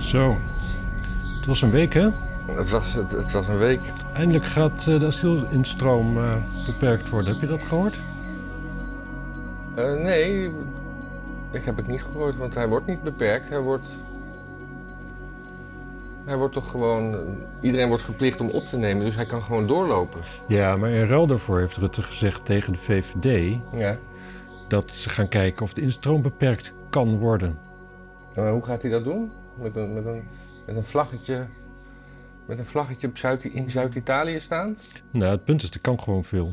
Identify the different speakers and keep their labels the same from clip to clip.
Speaker 1: Zo. Het was een week, hè?
Speaker 2: Het was, het, het was een week.
Speaker 1: Eindelijk gaat eh, de asielinstroom eh, beperkt worden. Heb je dat gehoord?
Speaker 2: Eh, nee, ik heb het niet gehoord, want hij wordt niet beperkt. Hij wordt. Hij wordt toch gewoon. Iedereen wordt verplicht om op te nemen, dus hij kan gewoon doorlopen.
Speaker 1: Ja, maar in ruil daarvoor heeft Rutte gezegd tegen de VVD...
Speaker 2: Ja.
Speaker 1: dat ze gaan kijken of de instroom beperkt kan worden.
Speaker 2: Maar Nou, hoe gaat hij dat doen? Met een, met een, met een vlaggetje. Met een vlaggetje op Zuid, in Zuid-Italië staan?
Speaker 1: Nou, het punt is, er kan gewoon veel.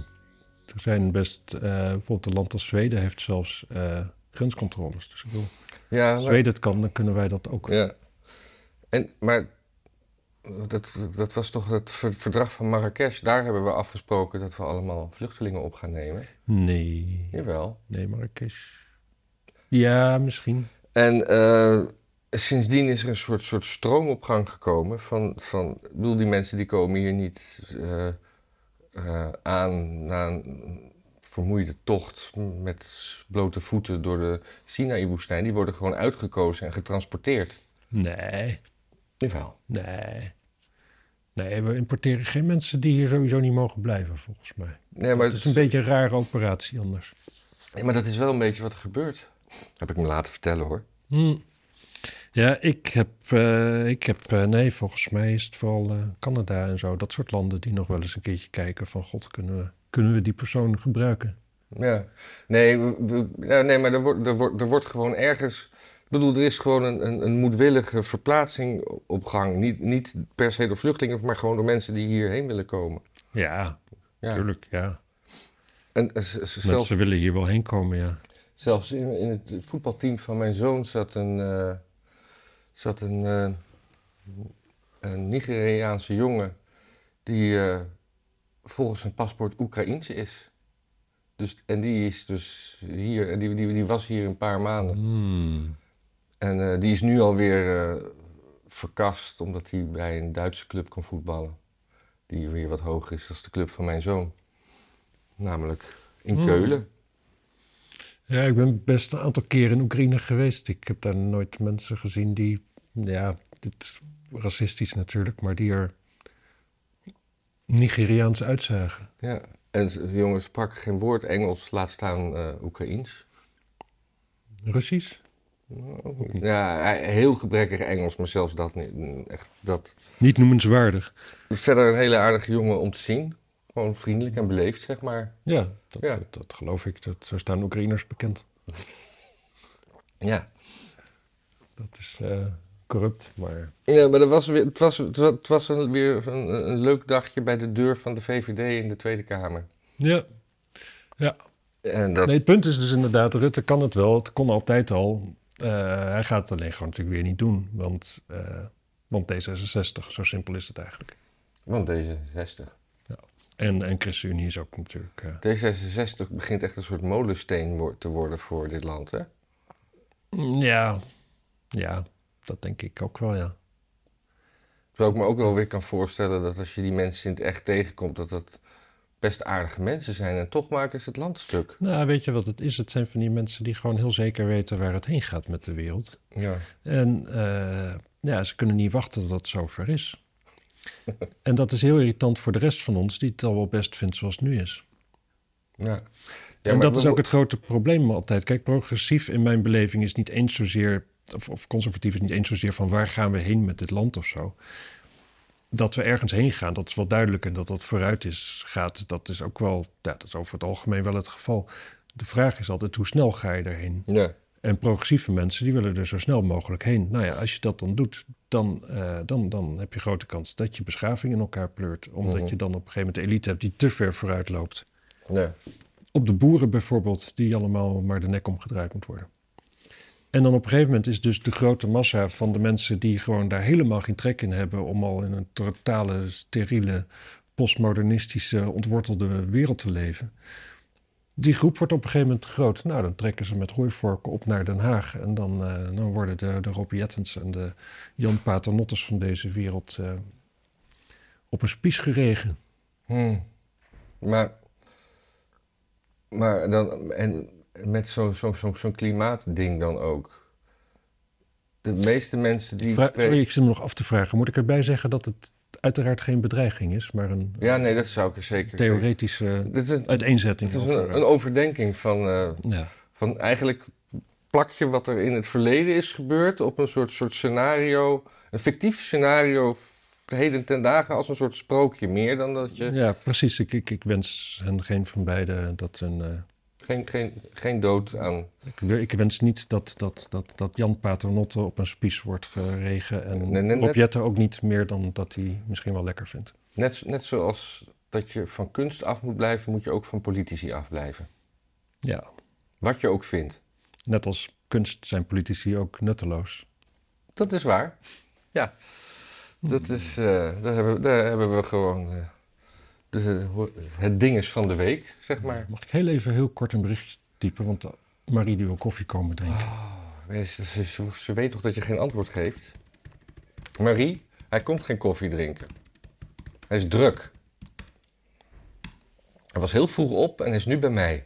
Speaker 1: Er zijn best... eh, bijvoorbeeld een land als Zweden heeft zelfs eh, grenscontroles. Dus ik bedoel,
Speaker 2: Ja,
Speaker 1: als
Speaker 2: maar-
Speaker 1: Zweden het kan, dan kunnen wij dat ook.
Speaker 2: Ja. En, maar dat, dat was toch het ver- verdrag van Marrakesh. Daar hebben we afgesproken dat we allemaal vluchtelingen op gaan nemen.
Speaker 1: Nee,
Speaker 2: Jawel.
Speaker 1: nee Marrakesh. Ja, misschien.
Speaker 2: En eh, sindsdien is er een soort, soort stroomopgang gekomen van, van... Ik bedoel, die mensen die komen hier niet eh, eh, aan na een vermoeide tocht met blote voeten door de Sinaï-woestijn. Die worden gewoon uitgekozen en getransporteerd.
Speaker 1: Nee,
Speaker 2: Jawel.
Speaker 1: nee. Nee, we importeren geen mensen die hier sowieso niet mogen blijven, volgens mij.
Speaker 2: Nee, maar
Speaker 1: Het is een beetje een rare operatie anders.
Speaker 2: Nee, maar dat is wel een beetje wat er gebeurt. Heb ik me laten vertellen hoor.
Speaker 1: Hm. Ja, ik heb, eh, ik heb eh, nee, volgens mij is het vooral eh, Canada en zo, dat soort landen die nog wel eens een keertje kijken van god, kunnen we, kunnen we die persoon gebruiken?
Speaker 2: Ja. Nee, we- we- ja, nee maar er wordt, er, wordt, er wordt gewoon ergens. Ik bedoel, er is gewoon een, een, een moedwillige verplaatsing op gang. Niet, niet per se door vluchtelingen, maar gewoon door mensen die hierheen willen komen.
Speaker 1: Ja,
Speaker 2: Ja.
Speaker 1: tuurlijk, ja.
Speaker 2: En eh, z- z- zelfs,
Speaker 1: Mensen willen hier wel heen komen, ja.
Speaker 2: zelfs in, in het voetbalteam van mijn zoon zat een, eh, zat een, eh, een Nigeriaanse jongen die eh, volgens zijn paspoort Oekraïense is. Dus, en die is dus hier, en die, die, die was hier een paar maanden.
Speaker 1: Hmm.
Speaker 2: En eh, die is nu alweer eh verkast omdat hij bij een Duitse club kan voetballen. Die weer wat hoger is dan de club van mijn zoon. Namelijk in
Speaker 1: Hmm.
Speaker 2: Keulen.
Speaker 1: Ja, ik ben best een aantal keren in Oekraïne geweest. Ik heb daar nooit mensen gezien die, ja, dit is racistisch natuurlijk, maar die er Nigeriaans uitzagen.
Speaker 2: Ja. En de jongen sprak geen woord Engels, laat staan eh Oekraïens.
Speaker 1: Russisch?
Speaker 2: Ja, hij- heel gebrekkig Engels, maar zelfs dat niet. Mm, Echt, dat.
Speaker 1: Niet noemenswaardig.
Speaker 2: Verder een hele aardige jongen om te zien. Gewoon vriendelijk en beleefd, zeg maar.
Speaker 1: Ja, dat,
Speaker 2: Ja.
Speaker 1: Dat, dat geloof ik. Dat, zo staan Oekraïners bekend.
Speaker 2: Ja.
Speaker 1: Dat is eh, corrupt, maar...
Speaker 2: Ja, maar dat was weer, het was, het was, het was een, weer een, een leuk dagje bij de deur van de VVD in de Tweede Kamer.
Speaker 1: Ja. ja.
Speaker 2: En dat,
Speaker 1: Nee, het punt is dus inderdaad, Rutte kan het wel. Het kon altijd al. Eh, hij gaat het alleen gewoon natuurlijk weer niet doen. Want, eh, want D66, zo simpel is het eigenlijk.
Speaker 2: Want D66.
Speaker 1: En, en ChristenUnie is ook natuurlijk... eh,
Speaker 2: D66 begint echt een soort molensteen wo- te worden voor dit land, hè?
Speaker 1: Mm, ja, ja, dat denk ik ook wel, ja.
Speaker 2: Terwijl ik me ook wel weer kan voorstellen dat als je die mensen in het echt tegenkomt, dat dat best aardige mensen zijn. En toch maken ze het land stuk.
Speaker 1: Nou, weet je wat het is? Het zijn van die mensen die gewoon heel zeker weten waar het heen gaat met de wereld.
Speaker 2: Ja.
Speaker 1: En eh, ja, ze kunnen niet wachten tot het zover is. en dat is heel irritant voor de rest van ons, die het al wel best vindt zoals het nu is.
Speaker 2: ja.
Speaker 1: en dat is ook
Speaker 2: het.
Speaker 1: het grote probleem altijd. Kijk, progressief in mijn beleving is niet eens zozeer, of, of conservatief is niet eens zozeer van waar gaan we heen met dit land of zo. Dat we ergens heen gaan, dat is wel duidelijk. En dat dat vooruit is, gaat, dat is ook wel, ja, dat is over het algemeen wel het geval. De vraag is altijd, hoe snel ga je erheen?
Speaker 2: Ja.
Speaker 1: En progressieve mensen, die willen er zo snel mogelijk heen. Nou ja, als je dat dan doet, dan, eh, dan, dan heb je grote kans dat je beschaving in elkaar pleurt. Omdat
Speaker 2: Mhm.
Speaker 1: je dan op een gegeven moment de elite hebt die te ver vooruit loopt.
Speaker 2: ja.
Speaker 1: Op de boeren bijvoorbeeld, die allemaal maar de nek omgedraaid moet worden. En dan op een gegeven moment is dus de grote massa van de mensen die gewoon daar helemaal geen trek in hebben om al in een totale, steriele, postmodernistische, ontwortelde wereld te leven. Die groep wordt op een gegeven moment groot. Nou, dan trekken ze met roeivorken op naar Den Haag. En dan, eh, dan worden de, de Rob Jettens en de Jan Paternottes van deze wereld eh, op een spies geregen.
Speaker 2: Hmm. Maar, maar dan, en met zo'n zo, zo, zo'n klimaatding dan ook. de meeste mensen die.
Speaker 1: Ik
Speaker 2: ik
Speaker 1: vraag-
Speaker 2: spreek-
Speaker 1: sorry, ik zit me nog af te vragen. Moet ik erbij zeggen dat het uiteraard geen bedreiging is, maar een
Speaker 2: Ja, nee, dat zou ik er zeker.
Speaker 1: theoretische
Speaker 2: Dit is een,
Speaker 1: uiteenzetting?
Speaker 2: het is
Speaker 1: over,
Speaker 2: een,
Speaker 1: eh,
Speaker 2: een overdenking van, eh,
Speaker 1: ja.
Speaker 2: van eigenlijk plak je wat er in het verleden is gebeurd op een soort, soort scenario, een fictief scenario, f- heden ten dagen als een soort sprookje meer dan dat je
Speaker 1: ja, precies. Ik, ik, ik wens hen geen van beiden dat een. eh,
Speaker 2: geen, geen, geen dood aan.
Speaker 1: Ik, wil- ik wens niet dat, dat, dat, dat Jan Paternotte op een spies wordt geregen. En
Speaker 2: Nee, nee, net-
Speaker 1: Robjette ook niet meer dan dat hij misschien wel lekker vindt.
Speaker 2: Net, net zoals dat je van kunst af moet blijven, moet je ook van politici afblijven.
Speaker 1: Ja,
Speaker 2: Wat je ook vindt.
Speaker 1: net als kunst zijn politici ook nutteloos.
Speaker 2: Dat is waar. Ja. Dat is, eh, daar, hebben, daar hebben we gewoon eh, de, het ding is van de week, zeg maar.
Speaker 1: Mag ik heel even heel kort een bericht typen? Want eh, Marie die wil koffie komen drinken.
Speaker 2: Ze, ze- ze- ze weet toch dat je geen antwoord geeft? Marie, hij komt geen koffie drinken. Hij is druk. Hij was heel vroeg op en is nu bij mij.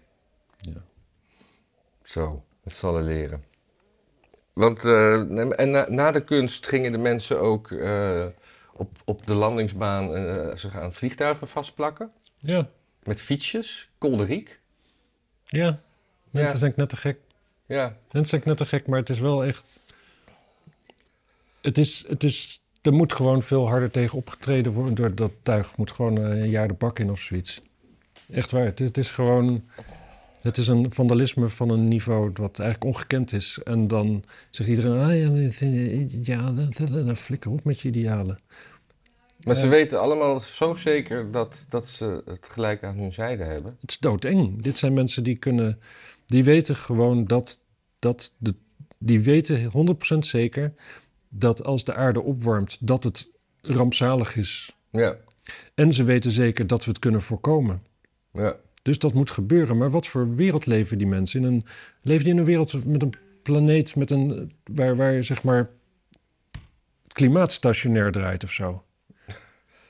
Speaker 1: Ja.
Speaker 2: Zo, het zal hij leren. Want eh, en na, na de kunst gingen de mensen ook eh, op, op de landingsbaan eh, zich aan vliegtuigen vastplakken.
Speaker 1: Ja,
Speaker 2: Met fietsjes, kolderiek.
Speaker 1: ja. Mensen zijn net te gek.
Speaker 2: Ja,
Speaker 1: Mensen zijn net te gek, maar het is wel echt... Het is, het is, er moet gewoon veel harder tegen opgetreden worden. Door dat tuig moet gewoon eh, een jaar de bak in of zoiets. Echt waar. Het, het is gewoon... Het is een vandalisme van een niveau wat eigenlijk ongekend is. En dan zegt iedereen... Ah, ja, maar, eh, idealen, eh, flikker op met je idealen.
Speaker 2: maar ze weten allemaal zo zeker dat, dat ze het gelijk aan hun zijde hebben.
Speaker 1: Het is doodeng. Dit zijn mensen die kunnen... Die weten gewoon dat... dat de, die weten 100% zeker dat als de aarde opwarmt... dat het rampzalig is.
Speaker 2: Ja,
Speaker 1: En ze weten zeker dat we het kunnen voorkomen.
Speaker 2: ja.
Speaker 1: Dus dat moet gebeuren. Maar wat voor wereld leven die mensen? In een, leven die in een wereld met een planeet met een, waar, waar zeg maar het klimaat stationair draait of zo?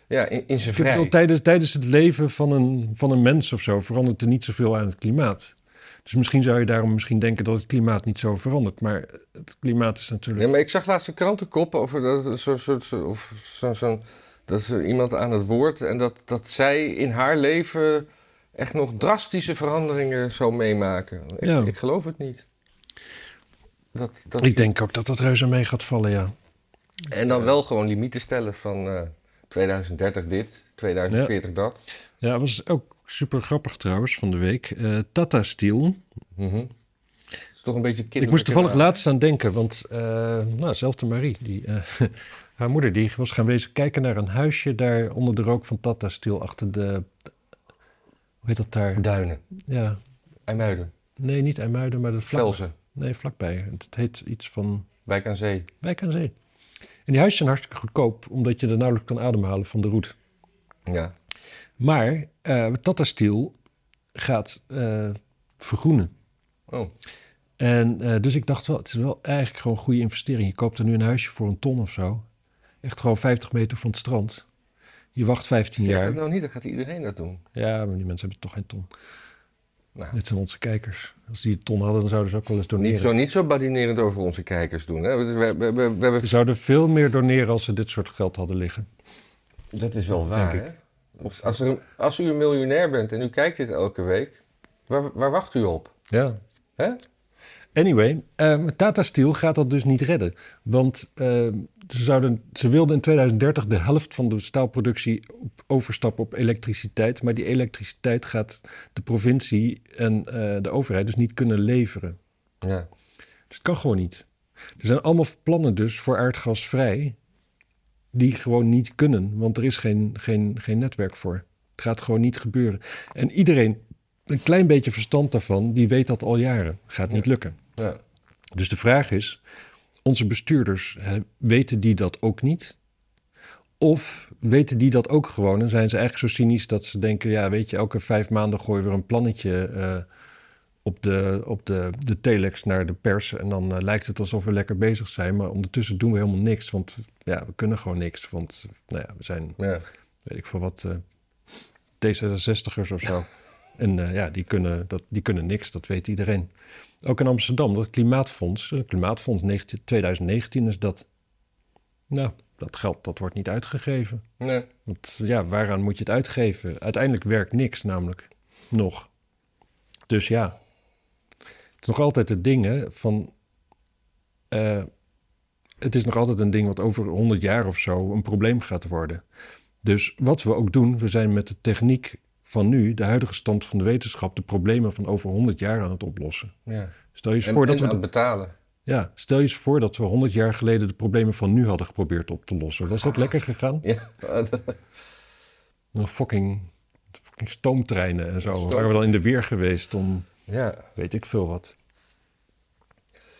Speaker 2: Ja, in, in zijn
Speaker 1: Ik bedoel,
Speaker 2: vrij.
Speaker 1: tijdens, tijdens het leven van een, van een mens of zo verandert er niet zoveel aan het klimaat. Dus misschien zou je daarom misschien denken dat het klimaat niet zo verandert. Maar het klimaat is natuurlijk...
Speaker 2: Ja, maar ik zag laatst een krantenkop over dat een soort, soort zo- of zo, zo'n- dat is iemand aan het woord en dat, dat zij in haar leven echt nog drastische veranderingen zou meemaken. Ik,
Speaker 1: Ja.
Speaker 2: ik geloof het niet. Dat, dat,
Speaker 1: Ik denk ook dat dat reuze mee gaat vallen, ja.
Speaker 2: En dan wel gewoon limieten stellen van eh, 2030 dit, 2040 dat.
Speaker 1: Ja, het was ook super grappig trouwens van de week. Eh, Tata Steel,
Speaker 2: Mhm. Het is toch een beetje eh, kinderlijk.
Speaker 1: Ik moest toevallig
Speaker 2: laten.
Speaker 1: laatst aan denken, want eh nou, zelfde Marie, die, eh, haar moeder, die was gaan wezen kijken naar een huisje daar onder de rook van Tata Steel achter de. Hoe heet dat daar?
Speaker 2: Duinen,
Speaker 1: Ja,
Speaker 2: IJmuiden,
Speaker 1: nee, niet IJmuiden, maar de vlak,
Speaker 2: Velzen,
Speaker 1: Nee, vlakbij. Het heet iets van
Speaker 2: Wijk aan Zee.
Speaker 1: Wijk aan Zee. En die huizen zijn hartstikke goedkoop, omdat je er nauwelijks kan ademhalen van de roet.
Speaker 2: Ja.
Speaker 1: Maar eh Tata Steel gaat eh, vergroenen.
Speaker 2: Oh,
Speaker 1: En eh, dus ik dacht wel, het is wel eigenlijk gewoon een goede investering. Je koopt er nu een huisje voor een ton of zo. Echt gewoon 50 meter van het strand. Je wacht 15
Speaker 2: zeg
Speaker 1: jaar.
Speaker 2: dat nou niet, dan gaat iedereen dat doen.
Speaker 1: Ja, maar die mensen hebben toch geen ton.
Speaker 2: Nou.
Speaker 1: Dit zijn onze kijkers. Als die een ton hadden, dan zouden ze ook wel eens doneren.
Speaker 2: Niet zo, niet zo badinerend over onze kijkers doen. Hè? We, we, we, we hebben...
Speaker 1: Ze zouden veel meer doneren als ze dit soort geld hadden liggen.
Speaker 2: Dat is wel waar,
Speaker 1: Denk
Speaker 2: hè? Als, als, er, als u een miljonair bent en u kijkt dit elke week, waar, waar wacht u op?
Speaker 1: Ja.
Speaker 2: Hè?
Speaker 1: Anyway, ehm, Tata Steel gaat dat dus niet redden. Want ehm, ze, zouden, ze wilden in 2030 de helft van de staalproductie op- overstappen op elektriciteit. Maar die elektriciteit gaat de provincie en eh, de overheid dus niet kunnen leveren.
Speaker 2: Ja.
Speaker 1: Dus het kan gewoon niet. Er zijn allemaal plannen dus voor aardgasvrij die gewoon niet kunnen. Want er is geen, geen, geen netwerk voor. Het gaat gewoon niet gebeuren. En iedereen, een klein beetje verstand daarvan, die weet dat al jaren. Gaat niet lukken.
Speaker 2: ja.
Speaker 1: Dus de vraag is, onze bestuurders, hè, weten die dat ook niet? Of weten die dat ook gewoon en zijn ze eigenlijk zo cynisch dat ze denken... ja, weet je, elke vijf maanden gooien we weer een plannetje eh, op, de, op de, de telex naar de pers... en dan eh, lijkt het alsof we lekker bezig zijn, maar ondertussen doen we helemaal niks... want ja, we kunnen gewoon niks, want nou ja, we zijn,
Speaker 2: ja.
Speaker 1: weet ik veel wat, eh D66'ers of zo. En eh, ja, die kunnen, dat, die kunnen niks, dat weet iedereen. Ook in Amsterdam, dat klimaatfonds, eh, klimaatfonds 19 2019 is dat. Nou, dat geld dat wordt niet uitgegeven.
Speaker 2: Nee.
Speaker 1: Want ja, waaraan moet je het uitgeven? Uiteindelijk werkt niks namelijk nog. Dus ja, het is nog altijd het ding hè, van... eh, het is nog altijd een ding wat over 100 jaar of zo een probleem gaat worden. Dus wat we ook doen, we zijn met de techniek van nu, de huidige stand van de wetenschap, de problemen van over 100 jaar aan het oplossen.
Speaker 2: Ja.
Speaker 1: Stel je eens
Speaker 2: En,
Speaker 1: voor dat
Speaker 2: en
Speaker 1: we
Speaker 2: aan het betalen.
Speaker 1: ja, stel je eens voor dat we 100 jaar geleden de problemen van nu hadden geprobeerd op te lossen. Was
Speaker 2: Ah,
Speaker 1: dat lekker gegaan?
Speaker 2: Ja.
Speaker 1: Een fucking, fucking stoomtreinen en zo. Waren we dan in de weer geweest om
Speaker 2: ja.
Speaker 1: weet ik veel wat.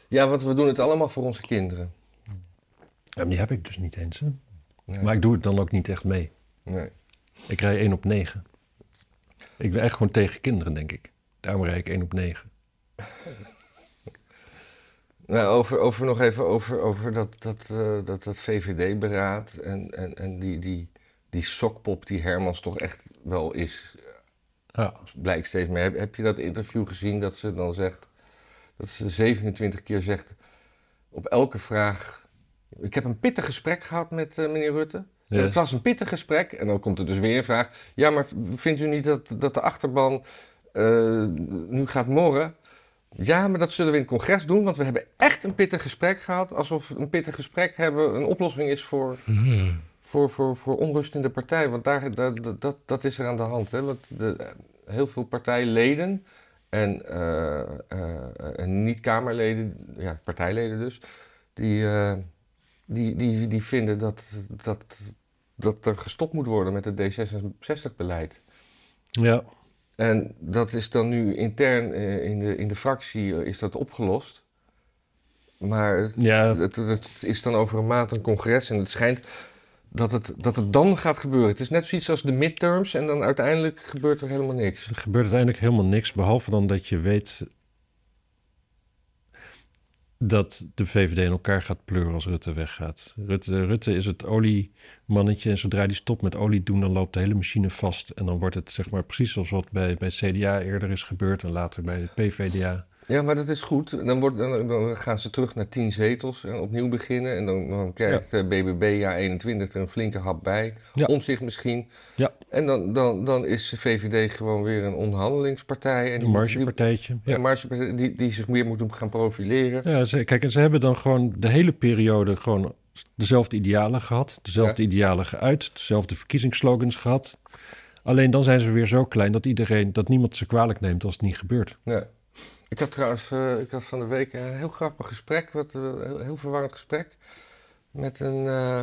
Speaker 2: Ja, want we doen het allemaal voor onze kinderen.
Speaker 1: Ja, maar die heb ik dus niet eens. Hè?
Speaker 2: Nee.
Speaker 1: Maar ik doe het dan ook niet echt mee.
Speaker 2: Nee.
Speaker 1: Ik rij 1 op 9. Ik ben echt gewoon tegen kinderen, denk ik. Daarom rijd ik 1 op 9.
Speaker 2: Nou, over, over nog even over, over dat, dat, eh, dat, dat VVD-beraad en, en, en die, die, die sokpop die Hermans toch echt wel is,
Speaker 1: Ja.
Speaker 2: blijkt steeds meer. Heb, heb je dat interview gezien dat ze dan zegt, dat ze 27 keer zegt op elke vraag, ik heb een pittig gesprek gehad met eh, meneer Rutte.
Speaker 1: Ja.
Speaker 2: En het was een pittig gesprek en dan komt er dus weer een vraag. Ja, maar vindt u niet dat, dat de achterban eh, nu gaat morren? Ja, maar dat zullen we in het congres doen, want we hebben echt een pittig gesprek gehad. Alsof een pittig gesprek hebben een oplossing is voor, voor, voor, voor onrust in de partij. Want daar, daar- dat, dat, dat is er aan de hand. Hè? Want de, heel veel partijleden en, eh, eh, en niet-Kamerleden, ja, partijleden dus, die, eh, die, die, die vinden dat, dat, dat er gestopt moet worden met het D66-beleid.
Speaker 1: Ja.
Speaker 2: En dat is dan nu intern eh, in, de, in de fractie eh, is dat opgelost. Maar het,
Speaker 1: ja,
Speaker 2: Eh, het, het is dan over een maand een congres en het schijnt dat het, dat het dan gaat gebeuren. Het is net zoiets als de midterms en dan uiteindelijk gebeurt er helemaal niks.
Speaker 1: Er gebeurt uiteindelijk helemaal niks, behalve dan dat je weet dat de VVD in elkaar gaat pleuren als Rutte weggaat. Rutte, Rutte is het oliemannetje en zodra die stopt met olie doen, dan loopt de hele machine vast. En dan wordt het zeg maar precies zoals wat bij, bij CDA eerder is gebeurd en later bij de PVDA.
Speaker 2: Ja, maar dat is goed. Dan, wordt, dan, dan gaan ze terug naar tien zetels en opnieuw beginnen. En dan, dan krijgt eh, BBB ja 21 er een flinke hap bij.
Speaker 1: Ja.
Speaker 2: Om zich misschien.
Speaker 1: Ja.
Speaker 2: En dan, dan, dan is de VVD gewoon weer een onderhandelingspartij. En
Speaker 1: Een
Speaker 2: die- die-
Speaker 1: margepartijtje. Ja.
Speaker 2: een margepartij die, die zich meer moet gaan profileren.
Speaker 1: Ja, ze, kijk, en ze hebben dan gewoon de hele periode gewoon dezelfde idealen gehad, dezelfde idealen geuit, dezelfde verkiezingsslogans gehad. Alleen dan zijn ze weer zo klein dat iedereen, dat niemand ze kwalijk neemt als het niet gebeurt.
Speaker 2: Ja. Ik had trouwens eh, ik had van de week een heel grappig gesprek, wat, eh, heel, heel verwarrend gesprek, met een, eh,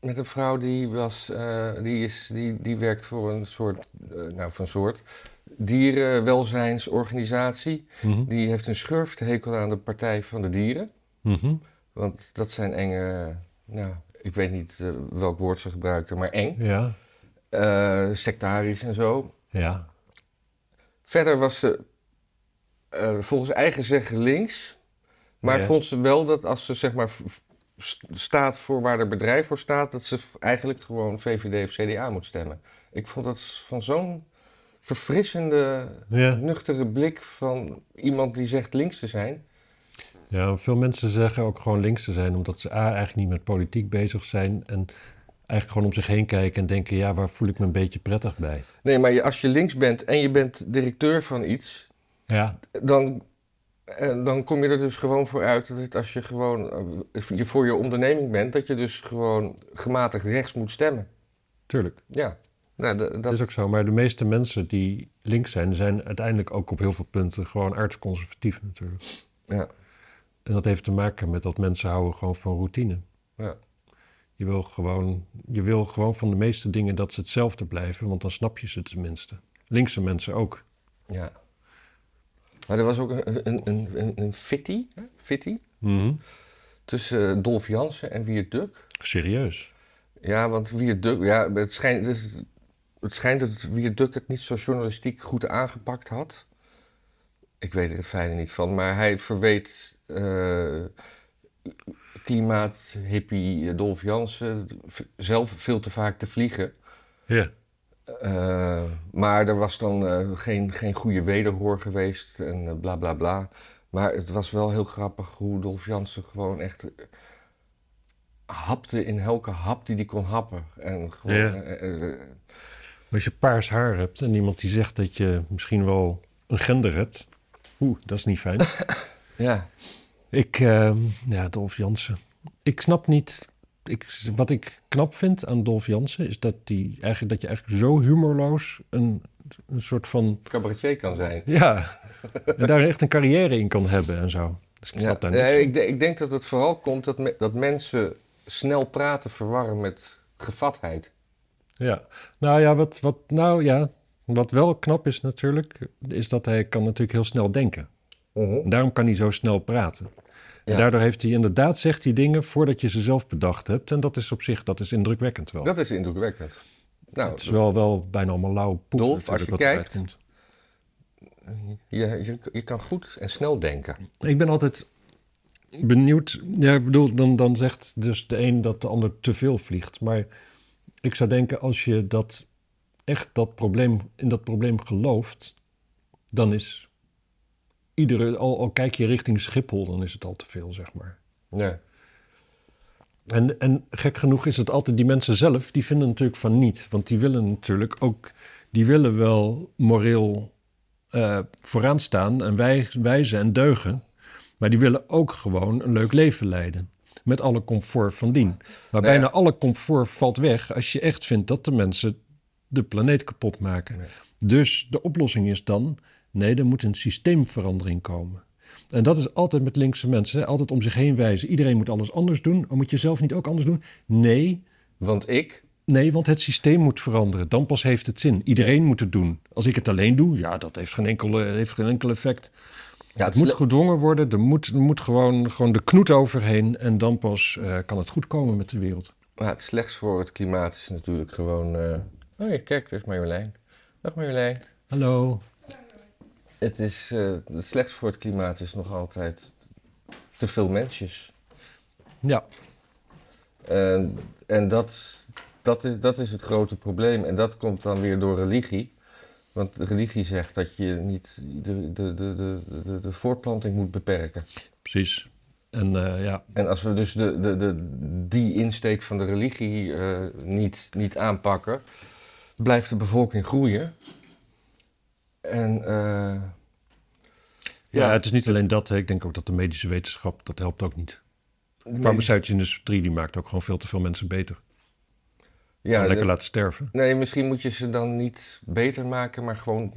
Speaker 2: met een vrouw die, was, eh, die, is, die, die werkt voor een soort, eh, nou van soort, dierenwelzijnsorganisatie.
Speaker 1: Mhm.
Speaker 2: Die heeft een schurfthekel aan de Partij van de Dieren,
Speaker 1: Mhm.
Speaker 2: want dat zijn enge, nou, ik weet niet eh, welk woord ze gebruikte, maar eng,
Speaker 1: Ja,
Speaker 2: eh, sectarisch en zo.
Speaker 1: ja.
Speaker 2: Verder was ze eh, volgens eigen zeggen links. Maar
Speaker 1: Ja.
Speaker 2: vond ze wel dat als ze zeg maar v- v- st- staat voor waar haar bedrijf voor staat, dat ze v- eigenlijk gewoon VVD of CDA moet stemmen. Ik vond dat van zo'n verfrissende,
Speaker 1: Ja.
Speaker 2: nuchtere blik van iemand die zegt links te zijn.
Speaker 1: ja, veel mensen zeggen ook gewoon links te zijn, omdat ze A, eigenlijk niet met politiek bezig zijn en eigenlijk gewoon om zich heen kijken en denken, ja, waar voel ik me een beetje prettig bij?
Speaker 2: Nee, maar je- als je links bent en je bent directeur van iets,
Speaker 1: Ja,
Speaker 2: dan, eh, dan kom je er dus gewoon voor uit dat als je gewoon eh, je voor je onderneming bent, dat je dus gewoon gematigd rechts moet stemmen.
Speaker 1: tuurlijk.
Speaker 2: Ja, nou, da- dat,
Speaker 1: Dat is ook zo, maar de meeste mensen die links zijn, zijn uiteindelijk ook op heel veel punten gewoon aardsconservatief natuurlijk.
Speaker 2: Ja,
Speaker 1: En dat heeft te maken met dat mensen houden gewoon van routine.
Speaker 2: ja,
Speaker 1: Je wil gewoon, je wil gewoon van de meeste dingen dat ze hetzelfde blijven, want dan snap je ze tenminste. Linkse mensen ook.
Speaker 2: ja. Maar er was ook een, een, een, een, een fitty, hè? fitty
Speaker 1: Mhm.
Speaker 2: tussen eh, Dolf Jansen en Wiert Duk.
Speaker 1: Serieus.
Speaker 2: Ja, want Wiert Duk, ja, het schijnt, het, is- het schijnt dat Wiert Duk het niet zo journalistiek goed aangepakt had. Ik weet er het fijne niet van, maar hij verweet eh klimaat, hippie, Dolf Jansen v- zelf veel te vaak te vliegen.
Speaker 1: Ja.
Speaker 2: Eh, Eh, maar er was dan eh, geen, geen goede wederhoor geweest en eh, bla bla bla. Maar het was wel heel grappig hoe Dolf Jansen gewoon echt eh, hapte in elke hap die hij kon happen. En gewoon,
Speaker 1: Ja.
Speaker 2: eh, eh,
Speaker 1: Als je paars haar hebt en iemand die zegt dat je misschien wel een gender hebt. Oeh, dat is niet fijn.
Speaker 2: ja.
Speaker 1: ik, eh, ja, Dolf Jansen. Ik snap niet. Ik, wat ik knap vind aan Dolf Jansen is dat, die, eigenlijk, dat je eigenlijk zo humorloos een, een soort van.
Speaker 2: cabaretier kan zijn.
Speaker 1: Ja, en daar echt een carrière in kan hebben en zo. Dus ik
Speaker 2: Ja,
Speaker 1: snap daar niks
Speaker 2: nee,
Speaker 1: van.
Speaker 2: ik, de- ik denk dat het vooral komt dat, me- dat mensen snel praten verwarren met gevatheid.
Speaker 1: Ja, nou ja, wat, wat, nou ja, wat wel knap is natuurlijk, is dat hij kan natuurlijk heel snel denken.
Speaker 2: Mhm.
Speaker 1: En daarom kan hij zo snel praten. En
Speaker 2: Ja.
Speaker 1: daardoor heeft hij inderdaad, zegt hij dingen voordat je ze zelf bedacht hebt. En dat is op zich, dat is indrukwekkend wel.
Speaker 2: Dat is indrukwekkend. Nou,
Speaker 1: het is wel, wel bijna allemaal lauw poep
Speaker 2: Dolf,
Speaker 1: natuurlijk
Speaker 2: als je
Speaker 1: wat eruit
Speaker 2: kijkt.
Speaker 1: komt.
Speaker 2: je, je, je kan goed en snel denken.
Speaker 1: Ik ben altijd benieuwd. Ja, ik bedoel, dan, dan zegt dus de een dat de ander te veel vliegt. Maar ik zou denken, als je dat echt dat probleem, in dat probleem gelooft, dan is iedere, al, al kijk je richting Schiphol, dan is het al te veel, zeg maar.
Speaker 2: Ja.
Speaker 1: En, en gek genoeg is het altijd die mensen zelf, die vinden natuurlijk van niet. Want die willen natuurlijk ook, die willen wel moreel eh, vooraan staan en wij, wijzen en deugen. Maar die willen ook gewoon een leuk leven leiden. Met alle comfort van dien. Maar
Speaker 2: Nou ja.
Speaker 1: bijna alle comfort valt weg als je echt vindt dat de mensen de planeet kapot maken.
Speaker 2: Nee.
Speaker 1: Dus de oplossing is dan, nee, er moet een systeemverandering komen. En dat is altijd met linkse mensen, hè, altijd om zich heen wijzen. Iedereen moet alles anders doen, maar moet je zelf niet ook anders doen? Nee,
Speaker 2: Want ik,
Speaker 1: nee, want het systeem moet veranderen. Dan pas heeft het zin. Iedereen moet het doen. Als ik het alleen doe, ja, dat heeft geen, enkele, heeft geen enkel effect.
Speaker 2: ja,
Speaker 1: Het
Speaker 2: het,
Speaker 1: moet
Speaker 2: is le-
Speaker 1: gedwongen worden, er moet, er moet gewoon, gewoon de knoet overheen en dan pas eh, kan het goed komen met de wereld.
Speaker 2: ja, het slechts voor het klimaat is natuurlijk gewoon... eh, Oh ja, kijk, daar is Marjolein. Dag Marjolein.
Speaker 1: Hallo.
Speaker 2: Het is eh, het slechts voor het klimaat is nog altijd te veel mensjes.
Speaker 1: Ja,
Speaker 2: En, en dat, dat, is, dat is het grote probleem. En dat komt dan weer door religie. Want de religie zegt dat je niet de, de, de, de, de, de voortplanting moet beperken.
Speaker 1: precies. En eh, ja,
Speaker 2: En als we dus de, de, de, die insteek van de religie eh, niet, niet aanpakken, blijft de bevolking groeien. En eh,
Speaker 1: Ja,
Speaker 2: ja,
Speaker 1: het is niet alleen dat. hè. Ik denk ook dat de medische wetenschap, dat helpt ook niet. De
Speaker 2: Nee.
Speaker 1: farmaceutische industrie, die maakt ook gewoon veel te veel mensen beter.
Speaker 2: ja,
Speaker 1: Lekker
Speaker 2: de-
Speaker 1: laten sterven.
Speaker 2: nee, misschien moet je ze dan niet beter maken, maar gewoon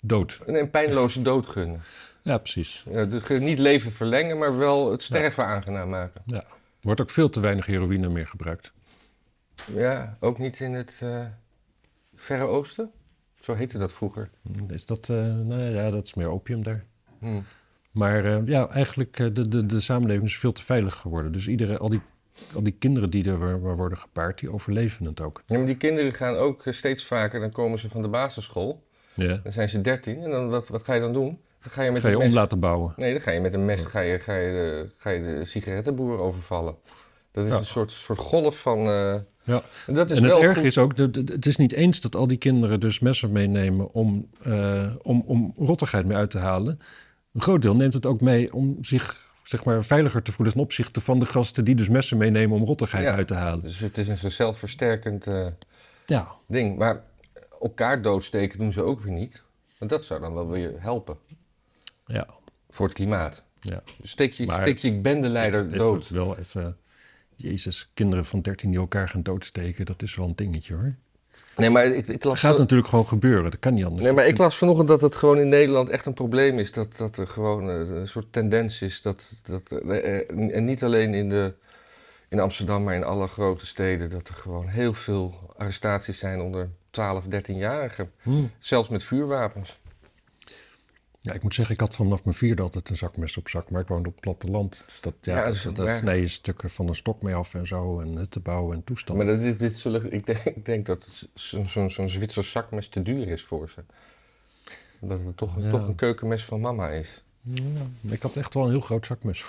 Speaker 1: Dood.
Speaker 2: een, een pijnloze dood gunnen.
Speaker 1: Ja, precies.
Speaker 2: Ja, dus ge- niet leven verlengen, maar wel het sterven aangenaam maken.
Speaker 1: Ja. Er wordt ook veel te weinig heroïne meer gebruikt.
Speaker 2: Ja, ook niet in het eh, Verre Oosten. Zo heette dat vroeger.
Speaker 1: Is dat, eh, nou ja, dat is meer opium daar.
Speaker 2: Hm.
Speaker 1: Maar eh, ja, eigenlijk eh, de, de, de samenleving is veel te veilig geworden. Dus iedere, al, die, al die kinderen die er wa- wa- worden gepaard, die overleven het ook.
Speaker 2: Ja, maar die kinderen gaan ook eh, steeds vaker, dan komen ze van de basisschool.
Speaker 1: Ja.
Speaker 2: Dan zijn ze 13 en dan, wat, wat ga je dan doen? Dan ga je met
Speaker 1: Ga je
Speaker 2: een
Speaker 1: om
Speaker 2: mes-
Speaker 1: laten bouwen.
Speaker 2: Nee, dan ga je met een mes ga je, ga je, de, ga je de sigarettenboer overvallen. Dat is
Speaker 1: Ja.
Speaker 2: een soort, soort golf van. eh,
Speaker 1: Ja.
Speaker 2: en dat is
Speaker 1: en het
Speaker 2: wel
Speaker 1: erg
Speaker 2: goed.
Speaker 1: is ook, de- de- het is niet eens dat al die kinderen dus messen meenemen om, eh, om, om rottigheid mee uit te halen. Een groot deel neemt het ook mee om zich zeg maar, veiliger te voelen ten opzichte van de gasten die dus messen meenemen om rottigheid
Speaker 2: Ja.
Speaker 1: uit te halen.
Speaker 2: Dus het is een zo zelfversterkend eh,
Speaker 1: Ja,
Speaker 2: ding. Maar elkaar doodsteken doen ze ook weer niet. Want dat zou dan wel weer helpen
Speaker 1: ja,
Speaker 2: voor het klimaat.
Speaker 1: ja.
Speaker 2: Dus steek je,
Speaker 1: Maar-
Speaker 2: steek je bendeleider
Speaker 1: Even- even
Speaker 2: dood.
Speaker 1: wel even, eh, jezus, kinderen van 13 die elkaar gaan doodsteken, dat is wel een dingetje hoor.
Speaker 2: Nee, maar ik, ik
Speaker 1: Dat
Speaker 2: las
Speaker 1: gaat natuurlijk gewoon gebeuren, dat kan niet anders.
Speaker 2: Nee, maar ik las vanochtend dat het gewoon in Nederland echt een probleem is. Dat, dat er gewoon eh, een soort tendens is. Dat, dat, eh, eh, en niet alleen in, de, in Amsterdam, maar in alle grote steden. Dat er gewoon heel veel arrestaties zijn onder 12, 13-jarigen.
Speaker 1: Hm.
Speaker 2: Zelfs met vuurwapens.
Speaker 1: Ja, ik moet zeggen, ik had vanaf mijn vierde altijd een zakmes op zak, maar ik woonde op het platteland. Dus dat,
Speaker 2: Ja,
Speaker 1: ja,
Speaker 2: dat
Speaker 1: dat,
Speaker 2: is
Speaker 1: dat,
Speaker 2: waar.
Speaker 1: snij je stukken van een stok mee af en zo, en het te bouwen en toestanden.
Speaker 2: Maar dat, dit, dit zullen, ik, denk, ik denk dat het zo'n zo'n zo'n Zwitsers zakmes te duur is voor ze. Dat het toch,
Speaker 1: Ja.
Speaker 2: toch een keukenmes van mama is.
Speaker 1: Ja, ik had echt wel een heel groot zakmes.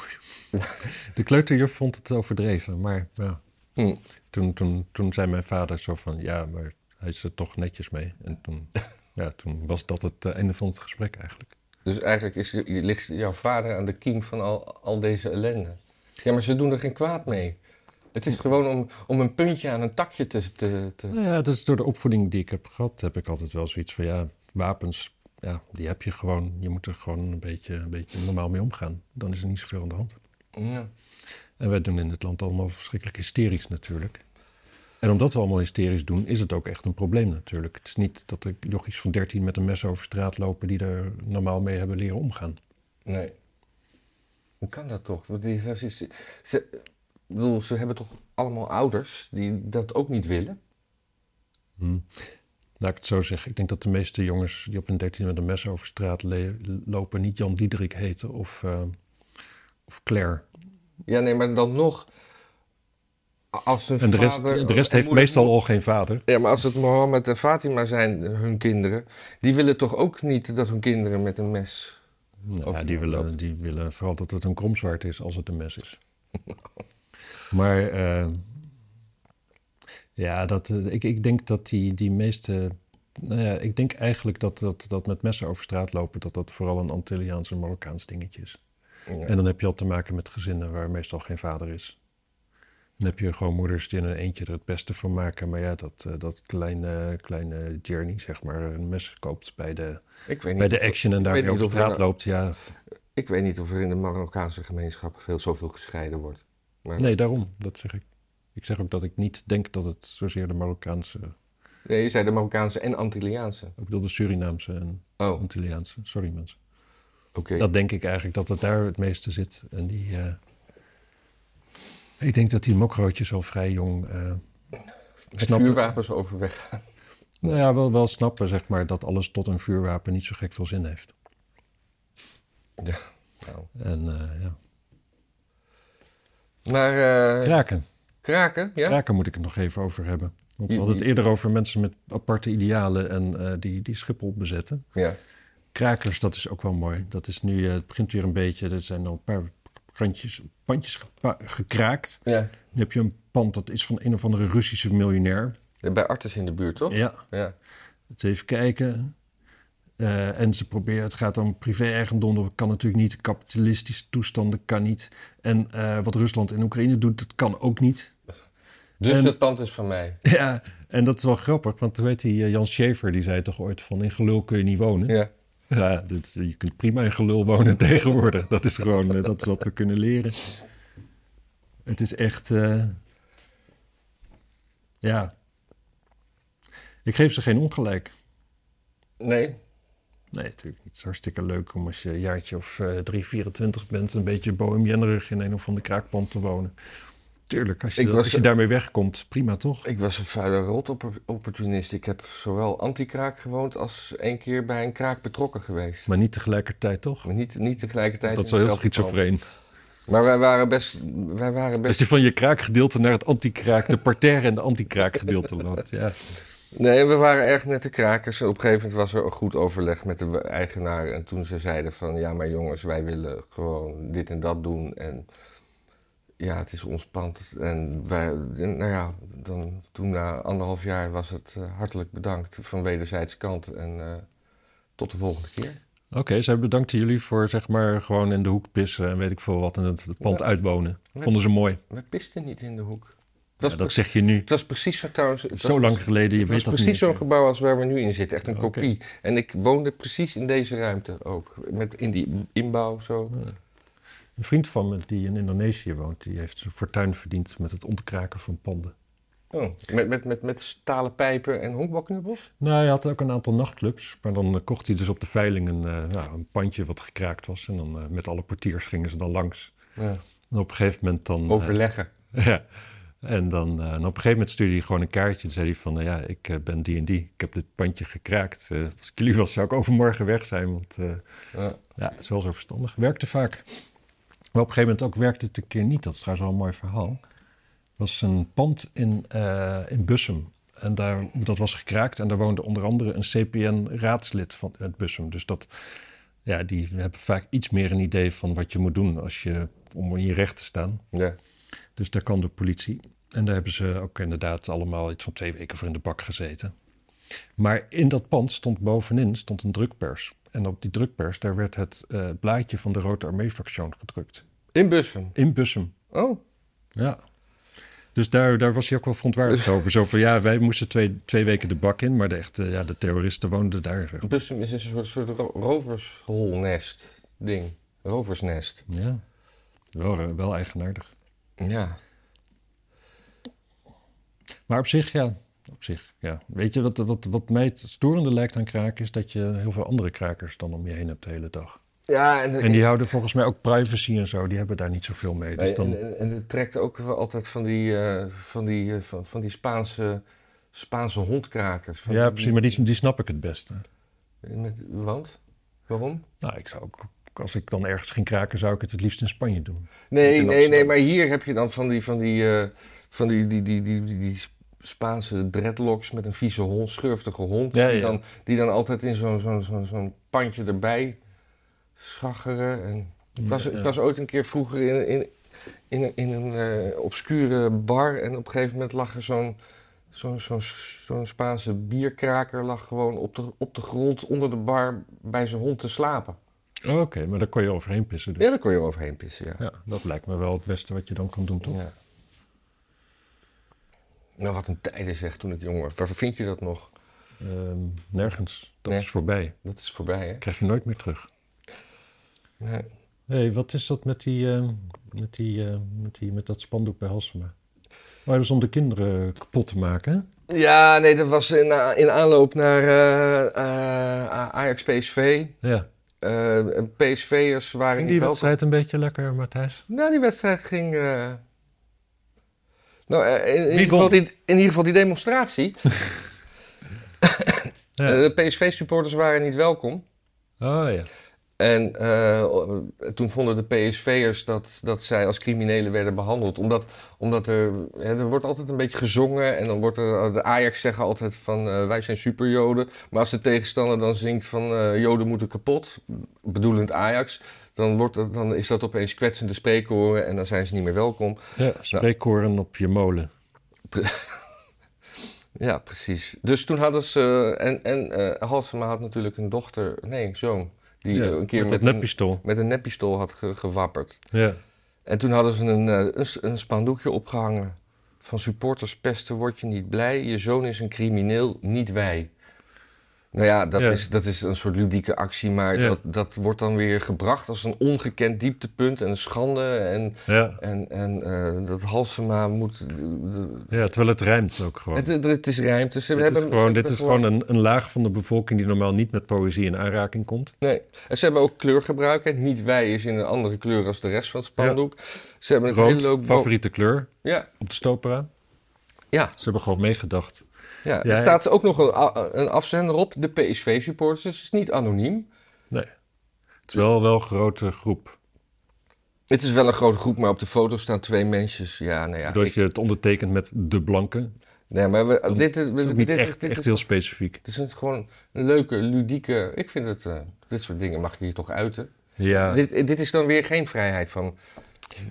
Speaker 1: De kleuterjuf vond het overdreven, maar ja.
Speaker 2: Hm.
Speaker 1: toen, toen, toen zei mijn vader zo van, ja, maar hij is er toch netjes mee. En toen, ja, toen was dat het eh, einde van het gesprek eigenlijk.
Speaker 2: Dus eigenlijk is, je- je- ligt jouw vader aan de kiem van al, al deze ellende. Ja, maar ze doen er geen kwaad mee. Het is gewoon om, om een puntje aan een takje te... te, te-
Speaker 1: Nou ja, dat is door de opvoeding die ik heb gehad, heb ik altijd wel zoiets van ja, wapens, ja, die heb je gewoon. Je moet er gewoon een beetje, een beetje normaal mee omgaan. Dan is er niet zoveel aan de hand.
Speaker 2: Ja.
Speaker 1: En wij doen in het land allemaal verschrikkelijk hysterisch natuurlijk. En omdat we allemaal hysterisch doen, is het ook echt een probleem natuurlijk. Het is niet dat er jochies van 13 met een mes over straat lopen die er normaal mee hebben leren omgaan.
Speaker 2: Nee. Hoe kan dat toch? Want die- ze, ze- ze- ik bedoel, ze hebben toch allemaal ouders die dat ook niet willen?
Speaker 1: Hmm. Laat ik het zo zeggen. Ik denk dat de meeste jongens die op hun 13 met een mes over straat le- lopen niet Jan Diederik heten of, eh, of Claire.
Speaker 2: Ja, nee, maar dan nog... a- Als een
Speaker 1: En de rest,
Speaker 2: vader,
Speaker 1: de rest
Speaker 2: en
Speaker 1: heeft
Speaker 2: moeder-
Speaker 1: meestal al geen vader.
Speaker 2: Ja, maar als het Mohammed en Fatima zijn, hun kinderen... die willen toch ook niet dat hun kinderen met een mes...
Speaker 1: Nou,
Speaker 2: Of
Speaker 1: ja,
Speaker 2: die
Speaker 1: die, willen,
Speaker 2: loopt.
Speaker 1: die willen vooral dat het een kromzwart is als het een mes is. maar eh, ja, dat, eh, ik, ik denk dat die, die meeste... Nou ja, ik denk eigenlijk dat, dat, dat met messen over straat lopen... dat dat vooral een Antilliaans en Marokkaans dingetje is. En dan heb je al te maken met gezinnen waar meestal geen vader is. Dan heb je gewoon moeders die in een eentje er het beste van maken. Maar ja, dat, eh, dat kleine, kleine Journey, zeg maar, een mes koopt bij de,
Speaker 2: Ik weet niet
Speaker 1: bij de
Speaker 2: of-
Speaker 1: action en
Speaker 2: ik
Speaker 1: daar
Speaker 2: weet
Speaker 1: weer
Speaker 2: niet
Speaker 1: over
Speaker 2: of er
Speaker 1: straat
Speaker 2: nou-
Speaker 1: loopt. Ja,
Speaker 2: Ik weet niet of er in de Marokkaanse gemeenschap veel zoveel gescheiden wordt. Maar
Speaker 1: nee, daarom, dat zeg ik. Ik zeg ook dat ik niet denk dat het zozeer de Marokkaanse,
Speaker 2: Nee, je zei de Marokkaanse en Antilliaanse.
Speaker 1: ik bedoel de Surinaamse en
Speaker 2: Oh, oké.
Speaker 1: Antilliaanse, sorry mensen. Dat denk ik eigenlijk dat het daar het meeste zit. En die, eh, ik denk dat die mokrootjes al vrij jong eh,
Speaker 2: Met
Speaker 1: snap-
Speaker 2: vuurwapens overweg.
Speaker 1: Nou ja, wel, wel snappen, zeg maar, dat alles tot een vuurwapen niet zo gek veel zin heeft.
Speaker 2: Nou.
Speaker 1: En eh, ja.
Speaker 2: Maar eh,
Speaker 1: kraken.
Speaker 2: kraken, ja?
Speaker 1: Kraken moet ik het nog even over hebben. Want we
Speaker 2: Je-
Speaker 1: hadden het
Speaker 2: je-
Speaker 1: eerder over mensen met aparte idealen en eh, die, die Schiphol bezetten.
Speaker 2: Ja.
Speaker 1: Krakers, dat is ook wel mooi. Dat is nu, eh, het begint weer een beetje, er zijn al een paar krantjes, pandjes gepa- gekraakt.
Speaker 2: ja.
Speaker 1: Nu heb je een pand, dat is van een of andere Russische miljonair.
Speaker 2: Bij Artis in de buurt, toch?
Speaker 1: Ja,
Speaker 2: Ja.
Speaker 1: Het even kijken. Eh, en ze proberen, het gaat om privé-eigendom, dat kan natuurlijk niet. Kapitalistische toestanden kan niet. En eh, wat Rusland en Oekraïne doet, dat kan ook niet.
Speaker 2: Dus
Speaker 1: En-
Speaker 2: dat pand is van mij.
Speaker 1: Ja, en dat is wel grappig, want weet je, Jan Schaefer die zei toch ooit van in gelul kun je niet wonen. Ja,
Speaker 2: Ja.
Speaker 1: dit, je kunt prima in gelul wonen tegenwoordig. Dat is gewoon, eh, dat is wat we kunnen leren. Het is echt, eh, ja. Ik geef ze geen ongelijk.
Speaker 2: Nee.
Speaker 1: Nee, natuurlijk niet. Het is hartstikke leuk om als je een jaartje of eh 3, 24 bent... een beetje bohemiennerig in een of ander kraakpand te wonen. Tuurlijk, als je,
Speaker 2: Ik
Speaker 1: dat-
Speaker 2: was- eh,
Speaker 1: als je daarmee wegkomt, prima toch?
Speaker 2: Ik was een vuile rotopportunist. Ik heb zowel anti-kraak gewoond als één keer bij een kraak betrokken geweest.
Speaker 1: Maar niet tegelijkertijd toch?
Speaker 2: Maar niet, niet tegelijkertijd.
Speaker 1: Dat
Speaker 2: in
Speaker 1: is wel heel
Speaker 2: hetzelfde pand.
Speaker 1: schizofreen.
Speaker 2: Maar wij waren best... Wij waren
Speaker 1: Als
Speaker 2: best...
Speaker 1: je van je kraakgedeelte naar het anti-kraak... de parterre en de anti-kraakgedeelte loopt. Ja.
Speaker 2: Nee, we waren erg net de krakers. En op een gegeven moment was er een goed overleg met de eigenaar. En toen ze zeiden van, ja maar jongens, wij willen gewoon dit en dat doen. En ja, het is ons pand. En wij, en nou ja, dan, toen na anderhalf jaar was het eh, hartelijk bedankt van wederzijds kant. En eh, tot de volgende keer.
Speaker 1: Oké, zij bedankten jullie voor zeg maar gewoon in de hoek pissen... en weet ik veel wat, en het, het pand
Speaker 2: Ja.
Speaker 1: uitwonen.
Speaker 2: Ja.
Speaker 1: Vonden ze mooi.
Speaker 2: We pisten niet in de hoek. Het was,
Speaker 1: Ja, dat
Speaker 2: precies,
Speaker 1: zeg je nu.
Speaker 2: het was precies zo trouwens. Het was
Speaker 1: Zo lang geleden, je
Speaker 2: Het was
Speaker 1: weet dat
Speaker 2: precies
Speaker 1: niet.
Speaker 2: zo'n gebouw als waar we nu in zitten. Echt een
Speaker 1: Oké.
Speaker 2: kopie. En ik woonde precies in deze ruimte ook. Met in die inbouw zo.
Speaker 1: Een vriend van me die in Indonesië woont, die heeft zijn fortuin verdiend met het ontkraken van panden.
Speaker 2: Oh. Met, met, met, met stalen pijpen en honkbalknuppels.
Speaker 1: Nou, hij had ook een aantal nachtclubs, maar dan eh, kocht hij dus op de veiling een, eh, nou, een pandje wat gekraakt was. En dan eh, met alle portiers gingen ze dan langs. En op een gegeven moment dan... eh,
Speaker 2: Overleggen.
Speaker 1: ja. En dan eh, en op een gegeven moment stuurde hij gewoon een kaartje en zei hij van, nou ja, ik eh, ben die en die, ik heb dit pandje gekraakt. Eh, als ik jullie was, zou ik overmorgen weg zijn, want eh,
Speaker 2: Ja.
Speaker 1: ja, het is wel zo verstandig. Werkte vaak. Maar op een gegeven moment ook werkte het een keer niet. Dat is trouwens wel een mooi verhaal. Er was een pand in, eh, in Bussum. En daar, dat was gekraakt. En daar woonde onder andere een CPN-raadslid van het Bussum. Dus dat, ja, die hebben vaak iets meer een idee van wat je moet doen als je, om in je recht te staan.
Speaker 2: Ja.
Speaker 1: Dus daar kan de politie. En daar hebben ze ook inderdaad allemaal iets van twee weken voor in de bak gezeten. Maar in dat pand stond bovenin stond een drukpers. En op die drukpers, daar werd het eh, blaadje van de Rode Armee-fractie gedrukt.
Speaker 2: In Bussum.
Speaker 1: In Bussum.
Speaker 2: Oh,
Speaker 1: Ja. Dus daar, daar was hij ook wel verontwaardigd over. Zo van, ja, wij moesten twee, twee weken de bak in, maar de echte ja, de terroristen woonden daar. eh.
Speaker 2: Bussum is een soort, soort ro- roversholnest ding. Roversnest.
Speaker 1: Ja, wel, eh, wel eigenaardig.
Speaker 2: Ja.
Speaker 1: Maar op zich, ja, op zich, ja. Weet je, wat, wat, wat mij het storende lijkt aan kraken... is dat je heel veel andere krakers dan om je heen hebt de hele dag.
Speaker 2: Ja, en, de-
Speaker 1: En die houden volgens mij ook privacy en zo. Die hebben daar niet zoveel mee.
Speaker 2: Nee,
Speaker 1: Dus dan,
Speaker 2: en, en, en het trekt ook wel altijd van die, eh, van die, eh, van, van die Spaanse, Spaanse hondkrakers. Van
Speaker 1: ja,
Speaker 2: die-
Speaker 1: precies, maar die, die snap ik het beste.
Speaker 2: Met, want? Waarom?
Speaker 1: Nou, ik zou ook... Als ik dan ergens ging kraken, zou ik het het liefst in Spanje doen.
Speaker 2: Nee,
Speaker 1: in
Speaker 2: nee,
Speaker 1: Amsterdam.
Speaker 2: nee, maar hier heb je dan van die, van die, eh, van die, die, die, die, die, die Spaanse dreadlocks met een vieze hond, schurftige hond.
Speaker 1: Ja,
Speaker 2: die,
Speaker 1: ja.
Speaker 2: Dan, die dan altijd in zo'n zo'n zo'n zo'n pandje erbij schacheren. En ik, was,
Speaker 1: Ja,
Speaker 2: ik
Speaker 1: ja.
Speaker 2: was ooit een keer vroeger in, in, in, een- in een eh, obscure bar en op een gegeven moment lag er zo'n. Zo'n zo'n zo'n Spaanse bierkraker lag gewoon op de, op de grond onder de bar bij zijn hond te slapen.
Speaker 1: Oh, Oké, maar daar kon je overheen pissen dus.
Speaker 2: Ja, daar kon je overheen pissen, ja.
Speaker 1: Ja, dat lijkt me wel het beste wat je dan kan doen, toch?
Speaker 2: Ja. Nou, wat een tijd is echt toen ik jong was. Waar vind je dat nog?
Speaker 1: Ehm, nergens. Dat
Speaker 2: Nee.
Speaker 1: is voorbij.
Speaker 2: Dat is voorbij, hè?
Speaker 1: Krijg je nooit meer terug.
Speaker 2: Nee.
Speaker 1: hey, wat is dat met, die, eh, met, die, eh, met, die, met dat spandoek bij Halsema? Oh, dat is om de kinderen kapot te maken, hè?
Speaker 2: Ja, nee, dat was in, a- in aanloop naar eh, eh, A- Ajax PSV.
Speaker 1: Ja.
Speaker 2: Eh, PSV'ers waren
Speaker 1: Ging
Speaker 2: niet
Speaker 1: die
Speaker 2: wel-
Speaker 1: wedstrijd een beetje lekker, Matthijs?
Speaker 2: Nou, die wedstrijd ging... eh, Nou, eh, in, in
Speaker 1: Wie
Speaker 2: ieder geval
Speaker 1: won?
Speaker 2: die, in ieder geval die demonstratie.
Speaker 1: Ja.
Speaker 2: Eh, de PSV-supporters waren niet welkom.
Speaker 1: oh ja.
Speaker 2: En eh, toen vonden de PSV'ers dat, dat zij als criminelen werden behandeld. Omdat, omdat er, hè, er wordt altijd een beetje gezongen. En dan wordt er, eh, de Ajax zeggen altijd van eh, wij zijn superjoden. Maar als de tegenstander dan zingt van eh, joden moeten kapot, bedoelend Ajax. Dan, wordt dat, dan is dat opeens kwetsende spreekhoren en dan zijn ze niet meer welkom.
Speaker 1: ja. Spreekkoren op je molen.
Speaker 2: Ja, precies. Dus toen hadden ze... eh, en en eh, Halsema had natuurlijk een dochter, nee, zoon. Die eh, een keer met,
Speaker 1: dat
Speaker 2: een,
Speaker 1: neppistool.
Speaker 2: met een neppistool had ge- gewapperd.
Speaker 1: Ja.
Speaker 2: En toen hadden ze een, eh, een, s- een spandoekje opgehangen. Van supporters pesten word je niet blij. Je zoon is een crimineel, niet wij. Nou ja, dat,
Speaker 1: Ja.
Speaker 2: Is, dat is een soort ludieke actie. Maar
Speaker 1: Ja.
Speaker 2: dat, dat wordt dan weer gebracht als een ongekend dieptepunt en een schande. En,
Speaker 1: Ja.
Speaker 2: en, en eh, dat Halsema moet... de-
Speaker 1: ja, terwijl het rijmt ook gewoon.
Speaker 2: het, het, het is rijmt. Dus we
Speaker 1: Dit is
Speaker 2: hebben,
Speaker 1: gewoon, dit
Speaker 2: we
Speaker 1: is
Speaker 2: hebben
Speaker 1: gewoon een, een laag van de bevolking die normaal niet met poëzie in aanraking komt.
Speaker 2: Nee. En ze hebben ook kleurgebruik. Hè. Niet wij is in een andere kleur als de rest van het spandoek. Ze hebben het
Speaker 1: Rood,
Speaker 2: hele leuk...
Speaker 1: favoriete kleur
Speaker 2: Ja,
Speaker 1: op de stopera.
Speaker 2: ja.
Speaker 1: Ze hebben gewoon meegedacht.
Speaker 2: Ja,
Speaker 1: Ja,
Speaker 2: er
Speaker 1: en-
Speaker 2: staat ook nog een, a- een afzender op, de PSV-supporters. Dus het is niet anoniem.
Speaker 1: Nee. Het is wel, wel een grote groep.
Speaker 2: Het is wel een grote groep, maar op de foto staan twee mensjes. Ja, nou ja.
Speaker 1: Doordat
Speaker 2: ik-
Speaker 1: je het ondertekent met de blanke.
Speaker 2: nee, maar we- dit, is-
Speaker 1: Dat is ook
Speaker 2: dit,
Speaker 1: niet
Speaker 2: is-
Speaker 1: echt,
Speaker 2: dit
Speaker 1: echt
Speaker 2: is,
Speaker 1: heel specifiek.
Speaker 2: het is een- gewoon een leuke, ludieke... Ik vind het... eh, dit soort dingen mag je hier toch uiten.
Speaker 1: Ja,
Speaker 2: Dit, dit is dan weer geen vrijheid van...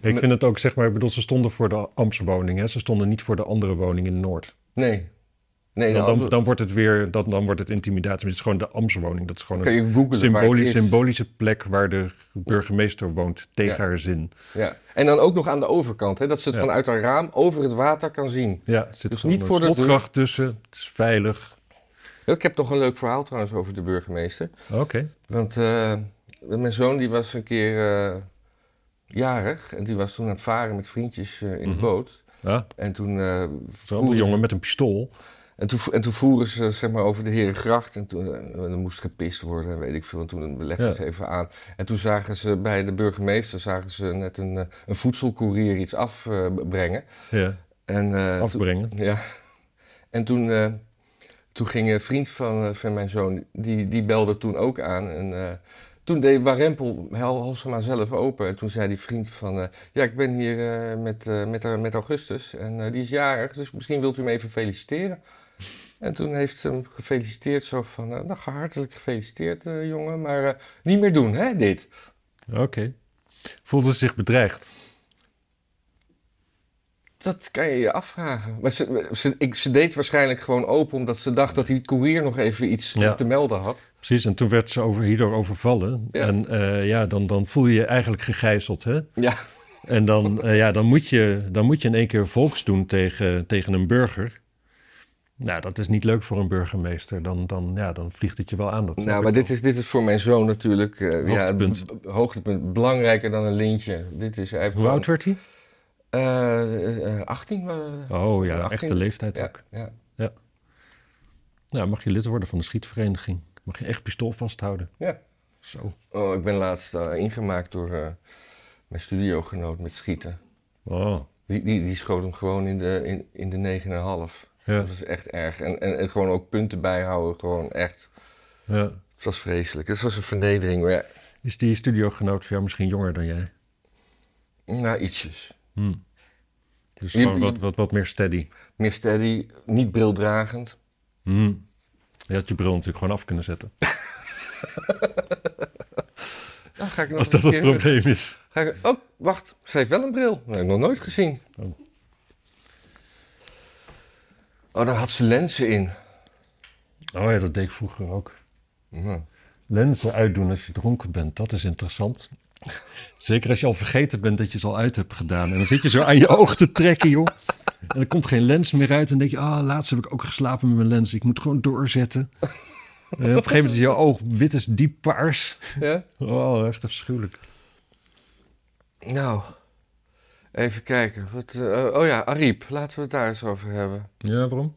Speaker 1: ik vind het ook, zeg maar, ik bedoel, ze stonden voor de Amsterdamse woning. Hè? Ze stonden niet voor de andere woning in Noord.
Speaker 2: Nee. Nee,
Speaker 1: Dan,
Speaker 2: nou,
Speaker 1: dan, dan wordt het weer, dan, dan wordt het intimidatie. Maar het is gewoon de Amsterdamse woning. Dat is gewoon
Speaker 2: kan
Speaker 1: een
Speaker 2: je googlen waar het
Speaker 1: symbolisch,
Speaker 2: is.
Speaker 1: symbolische plek waar de burgemeester woont, tegen
Speaker 2: Ja.
Speaker 1: haar zin.
Speaker 2: Ja. En dan ook nog aan de overkant, hè, dat ze het
Speaker 1: Ja.
Speaker 2: vanuit haar raam over het water kan zien.
Speaker 1: Ja, er zit
Speaker 2: Dus
Speaker 1: gewoon
Speaker 2: niet
Speaker 1: een
Speaker 2: voor de deur.
Speaker 1: slotgracht tussen. Het is veilig.
Speaker 2: Ik heb nog een leuk verhaal trouwens over de burgemeester.
Speaker 1: Oké.
Speaker 2: Want eh, mijn zoon die was een keer eh, jarig en die was toen aan het varen met vriendjes eh, in
Speaker 1: Mhm.
Speaker 2: de boot.
Speaker 1: Ja,
Speaker 2: En toen, eh
Speaker 1: zo'n andere
Speaker 2: voeren,
Speaker 1: jongen met een pistool.
Speaker 2: en toen, en toen voeren ze zeg maar, over de Herengracht en toen eh, er moest gepist worden en weet ik veel. En toen legden
Speaker 1: Ja.
Speaker 2: ze even aan. En toen zagen ze bij de burgemeester zagen ze net een, eh, een voedselcourier iets afbrengen.
Speaker 1: Ja,
Speaker 2: en, eh, toen-
Speaker 1: afbrengen.
Speaker 2: ja. En toen, eh, toen ging een vriend van, eh, van mijn zoon, die, die belde toen ook aan. En eh, toen deed Warempel Hel- Halsema zelf open. En toen zei die vriend van, eh, ja, ik ben hier eh, met, eh, met, haar- met Augustus en eh, die is jarig, dus misschien wilt u hem even feliciteren. En toen heeft ze hem gefeliciteerd, zo van, eh, nou, hartelijk gefeliciteerd, eh, jongen, maar eh, niet meer doen, hè, dit.
Speaker 1: Oké. Voelde ze zich bedreigd?
Speaker 2: dat kan je je afvragen. Maar ze, ze, ik, ze deed waarschijnlijk gewoon open omdat ze dacht dat die koerier nog even iets
Speaker 1: Ja.
Speaker 2: te melden had.
Speaker 1: Precies, en toen werd ze over, hierdoor overvallen.
Speaker 2: Ja.
Speaker 1: En eh, ja, dan, dan voel je je eigenlijk gegijzeld, hè?
Speaker 2: Ja,
Speaker 1: En dan, eh, ja, dan, moet je, dan moet je in één keer volks doen tegen, tegen een burger. Nou, dat is niet leuk voor een burgemeester. Dan, dan, ja, dan vliegt het je wel aan. Dat snap
Speaker 2: nou,
Speaker 1: ik
Speaker 2: maar
Speaker 1: wel.
Speaker 2: dit is, dit is voor mijn zoon natuurlijk eh,
Speaker 1: Hoogtepunt.
Speaker 2: Ja, b- b- hoogtepunt. Belangrijker dan een lintje. Dit is, hij heeft
Speaker 1: Hoe oud werd hij?
Speaker 2: gewoon, eh, eh, 18. maar-
Speaker 1: Oh ja,
Speaker 2: 18.
Speaker 1: echte leeftijd
Speaker 2: ja,
Speaker 1: ook.
Speaker 2: ja.
Speaker 1: Nou, mag je lid worden van de schietvereniging. Mag je echt pistool vasthouden.
Speaker 2: Ja.
Speaker 1: Zo.
Speaker 2: Oh, ik ben laatst eh, ingemaakt door eh, mijn studiogenoot met schieten.
Speaker 1: Oh,
Speaker 2: Die, die, die schoot hem gewoon in de, in, in de 9,5.
Speaker 1: ja,
Speaker 2: Dat is echt erg. En, en, en gewoon ook punten bijhouden. Gewoon echt.
Speaker 1: ja.
Speaker 2: Het was vreselijk. Het was een vernedering. Maar ja,
Speaker 1: Is die studiogenoot van jou misschien jonger dan jij?
Speaker 2: nou, ietsjes.
Speaker 1: Hm. Dus
Speaker 2: Je-
Speaker 1: gewoon
Speaker 2: je-
Speaker 1: wat, wat, wat meer steady.
Speaker 2: Meer steady, niet brildragend.
Speaker 1: Hm. Je had je bril natuurlijk gewoon af kunnen zetten.
Speaker 2: Dan ga ik nog
Speaker 1: Als
Speaker 2: eens
Speaker 1: dat het
Speaker 2: een keer-
Speaker 1: probleem is.
Speaker 2: Ga ik, oh, wacht. Ze heeft wel een bril. Dat heb ik nog nooit gezien.
Speaker 1: Oh.
Speaker 2: Oh, daar had ze lenzen in.
Speaker 1: Oh ja, dat deed ik vroeger ook.
Speaker 2: Hm.
Speaker 1: Lenzen uitdoen als je dronken bent, dat is interessant. Zeker als je al vergeten bent dat je ze al uit hebt gedaan. En dan zit je zo aan je oog te trekken, joh. En er komt geen lens meer uit. En dan denk je, ah, laatst heb ik ook geslapen met mijn lens. Ik moet gewoon doorzetten. En op een gegeven moment is jouw oog wit als diep paars.
Speaker 2: Ja?
Speaker 1: Oh, echt afschuwelijk.
Speaker 2: Nou, even kijken. Wat, eh, oh ja, Ariep. Laten we het daar eens over hebben.
Speaker 1: Ja, waarom?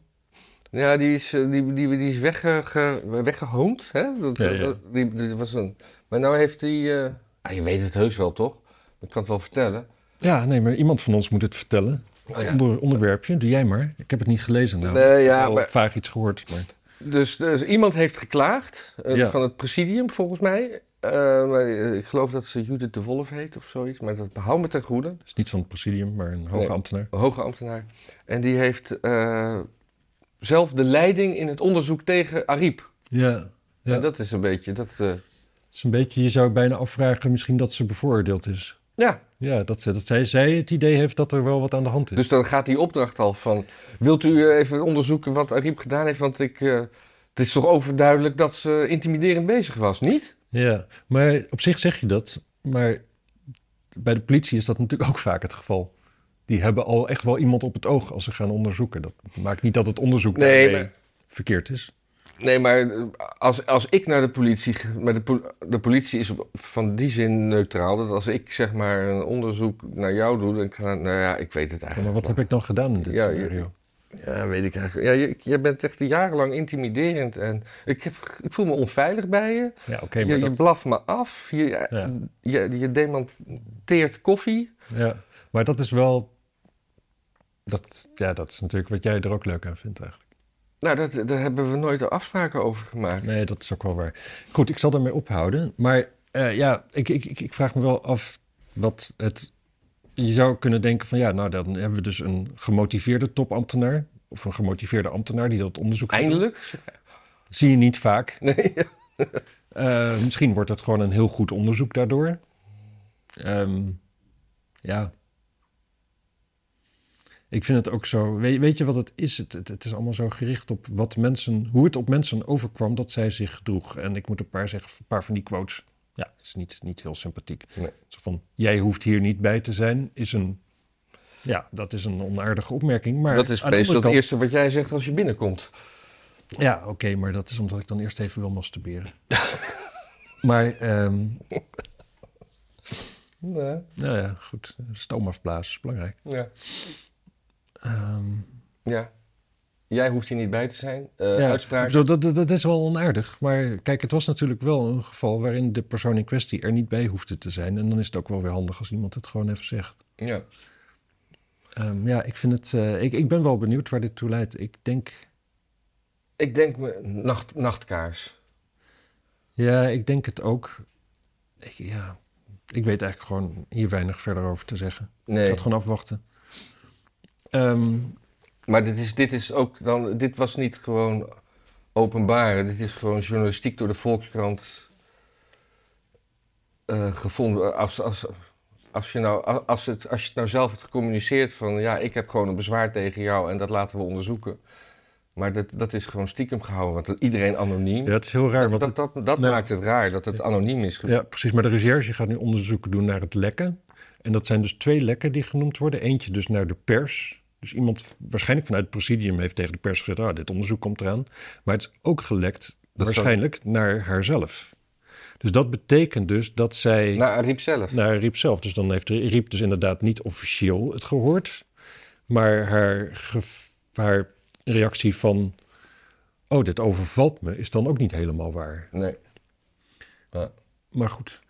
Speaker 2: Ja, die is, eh, die, die, die is wegge, ge- weggehoond. Hè? Dat,
Speaker 1: Ja, ja.
Speaker 2: dat- die, die was een, maar nou heeft hij... eh, ah, je weet het heus wel, toch? Ik kan het wel vertellen.
Speaker 1: Ja, nee, maar iemand van ons moet het vertellen. Het
Speaker 2: Oh ja.
Speaker 1: onder- onderwerpje, doe jij maar. Ik heb het niet gelezen nou.
Speaker 2: Nee, ja,
Speaker 1: ik heb al
Speaker 2: maar-
Speaker 1: vaag iets gehoord. Maar...
Speaker 2: Dus, dus iemand heeft geklaagd eh,
Speaker 1: Ja.
Speaker 2: van het presidium, volgens mij. Eh, maar, eh, ik geloof dat ze Judith de Wolf heet of zoiets. Maar dat hou me ten goede.
Speaker 1: Het is niet van het presidium, maar een hoge
Speaker 2: Nee.
Speaker 1: ambtenaar.
Speaker 2: Een hoge ambtenaar. En die heeft eh, zelf de leiding in het onderzoek tegen Ariep.
Speaker 1: Ja, ja.
Speaker 2: En dat is een beetje... Dat, eh,
Speaker 1: Het is een beetje, je zou bijna afvragen misschien dat ze bevooroordeeld is.
Speaker 2: ja,
Speaker 1: Ja, dat, ze, dat zij, zij het idee heeft dat er wel wat aan de hand is.
Speaker 2: Dus dan gaat die opdracht al van... Wilt u eh, even onderzoeken wat Ariep gedaan heeft? Want ik, eh, het is toch overduidelijk dat ze intimiderend bezig was, niet?
Speaker 1: Ja, maar op zich zeg je dat. Maar bij de politie is dat natuurlijk ook vaak het geval. Die hebben al echt wel iemand op het oog als ze gaan onderzoeken. Dat maakt niet dat het onderzoek
Speaker 2: Nee,
Speaker 1: daarmee
Speaker 2: maar-
Speaker 1: verkeerd is.
Speaker 2: Nee, maar eh, als, als ik naar de politie... ge- Maar de, pol- de politie is op- van die zin neutraal. Dat als ik zeg maar een onderzoek naar jou doe... Dan kan, nou ja, ik weet het
Speaker 1: Ja, maar
Speaker 2: eigenlijk
Speaker 1: wat heb ik dan gedaan in dit
Speaker 2: Ja, je-
Speaker 1: scenario?
Speaker 2: wel. Ja, weet ik eigenlijk. Ja, je, je bent echt jarenlang intimiderend. En ik, heb, ik voel me onveilig bij je.
Speaker 1: Ja, oké,
Speaker 2: je,
Speaker 1: maar
Speaker 2: je
Speaker 1: dat...
Speaker 2: blaft me af. Je, je, je demonteert koffie.
Speaker 1: Ja, maar dat is wel... Dat, ja, dat is natuurlijk wat jij er ook leuk aan vindt eigenlijk.
Speaker 2: Nou, dat, daar hebben we nooit afspraken over gemaakt.
Speaker 1: Nee, dat is ook wel waar. Goed, ik zal daarmee ophouden. Maar eh, ja, ik, ik, ik, ik vraag me wel af wat het... Je zou kunnen denken van ja, nou dan hebben we dus een gemotiveerde topambtenaar. Of een gemotiveerde ambtenaar die dat onderzoek gaat doen.
Speaker 2: Eindelijk?
Speaker 1: Zie je niet vaak.
Speaker 2: Nee.
Speaker 1: Eh, misschien wordt het gewoon een heel goed onderzoek daardoor. Ehm, ja. Ik vind het ook zo. Weet, weet je wat het is? Het, het, het is allemaal zo gericht op wat mensen, hoe het op mensen overkwam dat zij zich gedroeg. En ik moet een paar zeggen, een paar van die quotes. Ja, is niet, niet heel sympathiek.
Speaker 2: Nee.
Speaker 1: Zo van: jij hoeft hier niet bij te zijn, is een. Ja, dat is een onaardige opmerking. Maar
Speaker 2: Dat is
Speaker 1: aan de
Speaker 2: meestal
Speaker 1: andere
Speaker 2: het
Speaker 1: kant-
Speaker 2: eerste wat jij zegt als je binnenkomt.
Speaker 1: ja, oké, maar dat is omdat ik dan eerst even wil masturberen. maar, ehm,
Speaker 2: Ja.
Speaker 1: nou ja, goed. Stoom afblazen is belangrijk.
Speaker 2: Ja.
Speaker 1: Ehm,
Speaker 2: Jij hoeft hier niet bij te zijn. Eh
Speaker 1: ja,
Speaker 2: Uitspraak.
Speaker 1: Zo, dat, dat, dat is wel onaardig. Maar kijk, het was natuurlijk wel een geval waarin de persoon in kwestie er niet bij hoefde te zijn. En dan is het ook wel weer handig als iemand het gewoon even zegt.
Speaker 2: Ja.
Speaker 1: Ehm, ja, ik vind het. eh, ik, ik ben wel benieuwd waar dit toe leidt. Ik denk.
Speaker 2: Ik denk me, nacht, nachtkaars.
Speaker 1: Ja, ik denk het ook. Ik, ja, ik weet eigenlijk gewoon hier weinig verder over te zeggen. Ik
Speaker 2: Nee.
Speaker 1: ga het gewoon afwachten. Ehm,
Speaker 2: Maar dit is, dit is ook dan. Dit was niet gewoon openbaar. Dit is gewoon journalistiek door de Volkskrant eh, gevonden. Als, als, als je, nou, a- als, het, als je het nou zelf hebt gecommuniceerd van ja, ik heb gewoon een bezwaar tegen jou en dat laten we onderzoeken. Maar dat, dat is gewoon stiekem gehouden, want iedereen anoniem.
Speaker 1: Ja, het is heel raar.
Speaker 2: dat
Speaker 1: want
Speaker 2: dat, dat, dat
Speaker 1: nee.
Speaker 2: maakt het raar dat het anoniem is. ge-
Speaker 1: Ja, precies. Maar de recherche gaat nu onderzoeken doen naar het lekken. En dat zijn dus twee lekken die genoemd worden. Eentje dus naar de pers. Dus iemand v- waarschijnlijk vanuit het presidium heeft tegen de pers gezegd... Ah, dit onderzoek komt eraan. Maar het is ook gelekt
Speaker 2: Dat zou-
Speaker 1: waarschijnlijk naar haarzelf. Dus dat betekent dus dat zij
Speaker 2: Naar Ariep zelf.
Speaker 1: naar Riep zelf... Dus dan heeft Riep dus inderdaad niet officieel het gehoord. Maar haar, gev- haar reactie van... Oh, dit overvalt me, is dan ook niet helemaal waar.
Speaker 2: Nee.
Speaker 1: Maar goed,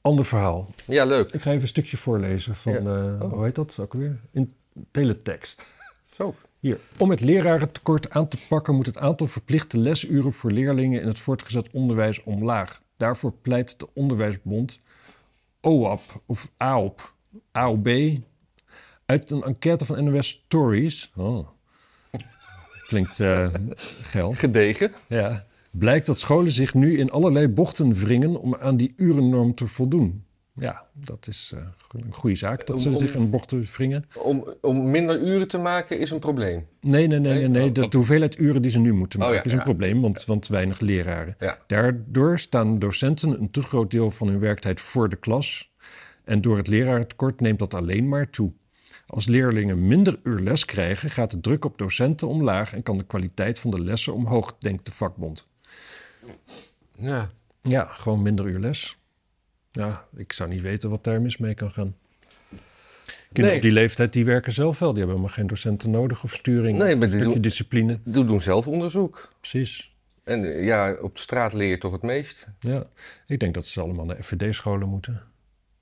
Speaker 1: ander verhaal.
Speaker 2: Ja, leuk.
Speaker 1: Ik ga even een stukje voorlezen van,
Speaker 2: Ja.
Speaker 1: eh, hoe heet dat ook weer? In teletext.
Speaker 2: Zo.
Speaker 1: Hier. Om het lerarentekort aan te pakken moet het aantal verplichte lesuren voor leerlingen in het voortgezet onderwijs omlaag. Daarvoor pleit de Onderwijsbond OAP of AOP, AOB uit een enquête van NOS Stories. Oh. Klinkt eh, geil.
Speaker 2: Gedegen.
Speaker 1: Ja. Blijkt dat scholen zich nu in allerlei bochten wringen om aan die urennorm te voldoen. Ja, dat is eh, go- een goede zaak dat
Speaker 2: Om-
Speaker 1: ze
Speaker 2: om-
Speaker 1: zich in bochten wringen.
Speaker 2: Om, om minder uren te maken is een probleem.
Speaker 1: Nee, nee, nee,
Speaker 2: Nee?
Speaker 1: nee. nee.
Speaker 2: Oh,
Speaker 1: Dat, de hoeveelheid uren die ze nu moeten
Speaker 2: Oh,
Speaker 1: maken
Speaker 2: ja,
Speaker 1: is een
Speaker 2: ja.
Speaker 1: probleem, want, want weinig leraren.
Speaker 2: Ja.
Speaker 1: Daardoor staan docenten een te groot deel van hun werktijd voor de klas. En door het lerarentekort neemt dat alleen maar toe. Als leerlingen minder uur les krijgen, gaat de druk op docenten omlaag en kan de kwaliteit van de lessen omhoog, denkt de vakbond.
Speaker 2: Ja.
Speaker 1: Ja, gewoon minder uur les. Ja, ik zou niet weten wat daar mis mee kan gaan. Kinderen
Speaker 2: Nee.
Speaker 1: op die leeftijd, die werken zelf wel. Die hebben helemaal geen docenten nodig of sturing
Speaker 2: Nee, maar
Speaker 1: of een
Speaker 2: die
Speaker 1: stukje
Speaker 2: doen-
Speaker 1: discipline.
Speaker 2: Doe doen zelf onderzoek.
Speaker 1: Precies,
Speaker 2: En eh, ja, op de straat leer je toch het meest.
Speaker 1: ja. Ik denk dat ze allemaal naar FVD-scholen moeten.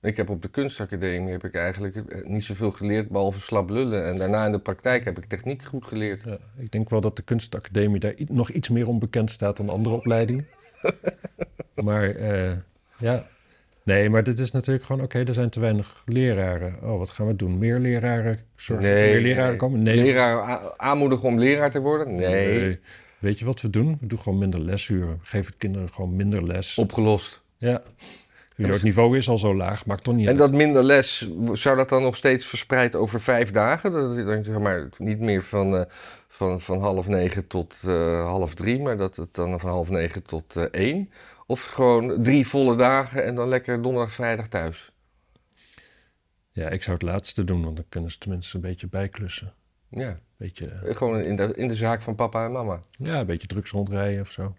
Speaker 2: Ik heb op de kunstacademie heb ik eigenlijk eh, niet zoveel geleerd, behalve slap lullen. En daarna in de praktijk heb ik techniek goed geleerd.
Speaker 1: Ja, ik denk wel dat de kunstacademie daar i- nog iets meer onbekend staat dan andere opleidingen. maar eh, ja, nee, maar dit is natuurlijk gewoon, oké, er zijn te weinig leraren. Oh, wat gaan we doen? Meer leraren? Zorgen dat er
Speaker 2: Nee, eh,
Speaker 1: meer leraren
Speaker 2: nee.
Speaker 1: komen? Nee,
Speaker 2: Leraar a- aanmoedigen om leraar te worden? Nee.
Speaker 1: Nee. Weet je wat we doen? We doen gewoon minder lesuren. Geef het kinderen gewoon minder les.
Speaker 2: Opgelost.
Speaker 1: Ja. Dus het niveau is al zo laag, maakt toch niet
Speaker 2: En
Speaker 1: uit.
Speaker 2: dat minder les, w- zou dat dan nog steeds verspreid over vijf dagen? Dat het dan zeg maar niet meer van, eh, van, van half negen tot eh, half drie, maar dat het dan van half negen tot eh, één? Of gewoon drie volle dagen en dan lekker donderdag, vrijdag thuis?
Speaker 1: Ja, ik zou het laatste doen, want dan kunnen ze tenminste een beetje bijklussen.
Speaker 2: Ja,
Speaker 1: Beetje, eh,
Speaker 2: gewoon in de, in de zaak van papa en mama.
Speaker 1: ja, een beetje drugs rondrijden of zo.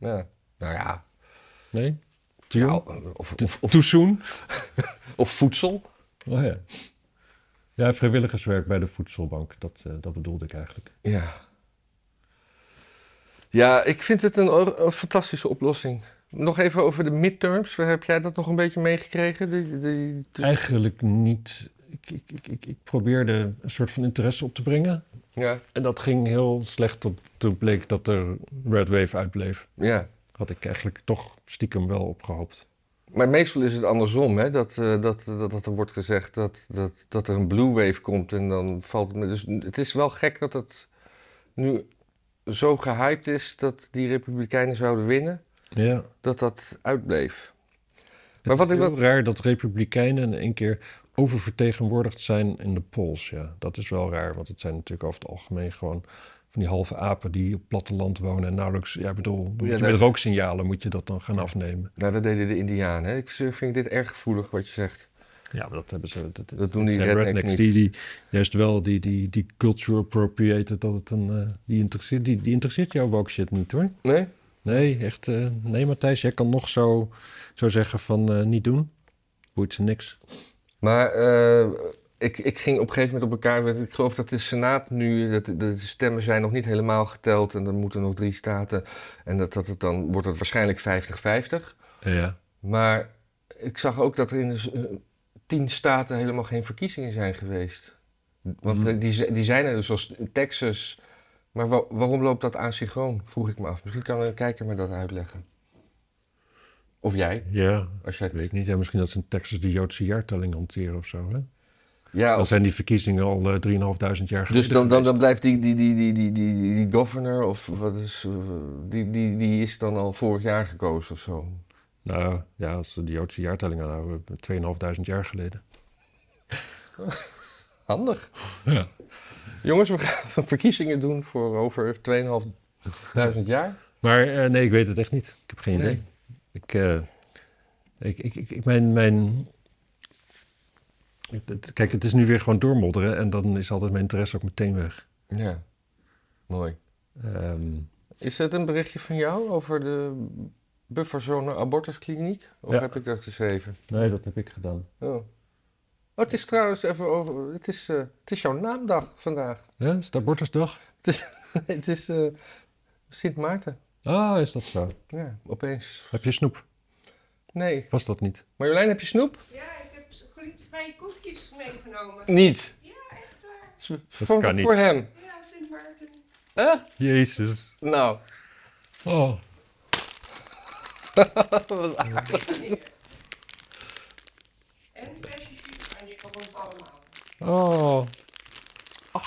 Speaker 2: Ja. Nou ja,
Speaker 1: Nee? Te
Speaker 2: Ja,
Speaker 1: jong?
Speaker 2: of,
Speaker 1: Te- Too soon?
Speaker 2: of voedsel.
Speaker 1: Oh ja. Ja, vrijwilligerswerk bij de voedselbank. Dat, eh, dat bedoelde ik eigenlijk.
Speaker 2: Ja. Ja, ik vind het een, o- een fantastische oplossing. Nog even over de midterms. Heb jij dat nog een beetje meegekregen? Die, die, die-
Speaker 1: Eigenlijk niet. Ik, ik, ik, ik, ik probeerde een soort van interesse op te brengen.
Speaker 2: ja,
Speaker 1: En dat ging heel slecht tot toen bleek dat er Red Wave uitbleef.
Speaker 2: ja.
Speaker 1: had ik eigenlijk toch stiekem wel op gehoopt.
Speaker 2: Maar meestal is het andersom, hè? Dat, eh, dat, dat, dat er wordt gezegd dat, dat, dat er een blue wave komt en dan valt het... me- Dus het is wel gek dat het nu zo gehyped is dat die republikeinen zouden winnen,
Speaker 1: Ja.
Speaker 2: dat dat uitbleef.
Speaker 1: Maar
Speaker 2: Maar
Speaker 1: wat
Speaker 2: wat
Speaker 1: is
Speaker 2: ik
Speaker 1: heel
Speaker 2: wel-
Speaker 1: raar dat republikeinen in één keer oververtegenwoordigd zijn in de polls. Ja, dat is wel raar, want het zijn natuurlijk over het algemeen gewoon van die halve apen die op platteland wonen en nauwelijks, ja, ik bedoel, dan moet
Speaker 2: Ja,
Speaker 1: je
Speaker 2: dat-
Speaker 1: met rooksignalen moet je dat dan gaan afnemen.
Speaker 2: Nou, dat deden de indianen, hè? Ik vind dit erg gevoelig wat je zegt.
Speaker 1: Ja, maar dat hebben ze. Dat,
Speaker 2: Dat doen die
Speaker 1: zijn
Speaker 2: rednecks niet.
Speaker 1: die, die juist wel die die die culture appropriated dat het een eh, die interesseert die, die interesseert jouw woke shit niet hoor.
Speaker 2: Nee?
Speaker 1: Nee, echt. eh, nee, Matthijs, jij kan nog zo, zo zeggen van eh, niet doen. Boeit ze niks.
Speaker 2: Maar eh, ik, ik ging op een gegeven moment op elkaar. want Ik geloof dat de Senaat nu. Dat, de- de stemmen zijn nog niet helemaal geteld. En er moeten nog drie staten. En dat, dat het dan wordt het waarschijnlijk 50-50.
Speaker 1: Ja.
Speaker 2: Maar ik zag ook dat er in de s- eh, tien staten helemaal geen verkiezingen zijn geweest. Want
Speaker 1: Hmm.
Speaker 2: eh, die, z- die zijn er dus, zoals in Texas. Maar wa- waarom loopt dat asynchroon? Vroeg ik me af. Misschien kan een kijker me dat uitleggen. Of jij,
Speaker 1: Ja,
Speaker 2: als jij
Speaker 1: ik weet niet. Ja, misschien dat ze in Texas de Joodse jaartelling hanteren of
Speaker 2: Oh.
Speaker 1: zo. Hè?
Speaker 2: Ja,
Speaker 1: Dan
Speaker 2: of-
Speaker 1: zijn die verkiezingen al eh, 3.500 jaar geleden.
Speaker 2: Dus dan, dan,
Speaker 1: geweest.
Speaker 2: dan blijft die, die, die, die, die, die, die, die governor, of wat is, eh, die, die, die is dan al vorig jaar gekozen of zo.
Speaker 1: Nou ja, als ze de Joodse jaartelling aanhouden, 2.500 jaar geleden.
Speaker 2: Handig.
Speaker 1: Ja.
Speaker 2: Jongens, we gaan verkiezingen doen voor over 2.500 jaar.
Speaker 1: Maar eh, nee, ik weet het echt niet. Ik heb geen
Speaker 2: Nee.
Speaker 1: idee. Ik, eh, ik, ik, ik, ik- mijn, mijn... het- het- Kijk, het is nu weer gewoon doormodderen en dan is altijd mijn interesse ook meteen weg.
Speaker 2: Ja, mooi.
Speaker 1: Ehm,
Speaker 2: Is dat een berichtje van jou over de bufferzone abortuskliniek? Of
Speaker 1: Ja.
Speaker 2: heb ik dat geschreven?
Speaker 1: nee, dat heb ik gedaan.
Speaker 2: Oh. Oh, het is trouwens even over. Het is, eh, het is jouw naamdag vandaag.
Speaker 1: Ja, is het abortusdag?
Speaker 2: het is eh, Sint Maarten.
Speaker 1: Ah, is dat zo?
Speaker 2: Ja, opeens.
Speaker 1: Heb je snoep?
Speaker 2: Nee.
Speaker 1: Was dat niet?
Speaker 2: Marjolein, heb je snoep?
Speaker 3: Ja, ik heb glutenvrije koekjes meegenomen.
Speaker 2: Niet.
Speaker 3: Ja, echt waar.
Speaker 2: Voor,
Speaker 1: kan niet.
Speaker 2: voor hem.
Speaker 3: Ja, Sint Maarten.
Speaker 2: Echt?
Speaker 1: Jezus.
Speaker 2: Nou,
Speaker 1: Oh.
Speaker 2: wat aardig.
Speaker 3: En een flesje jus, want je kan ons allemaal.
Speaker 1: Oh.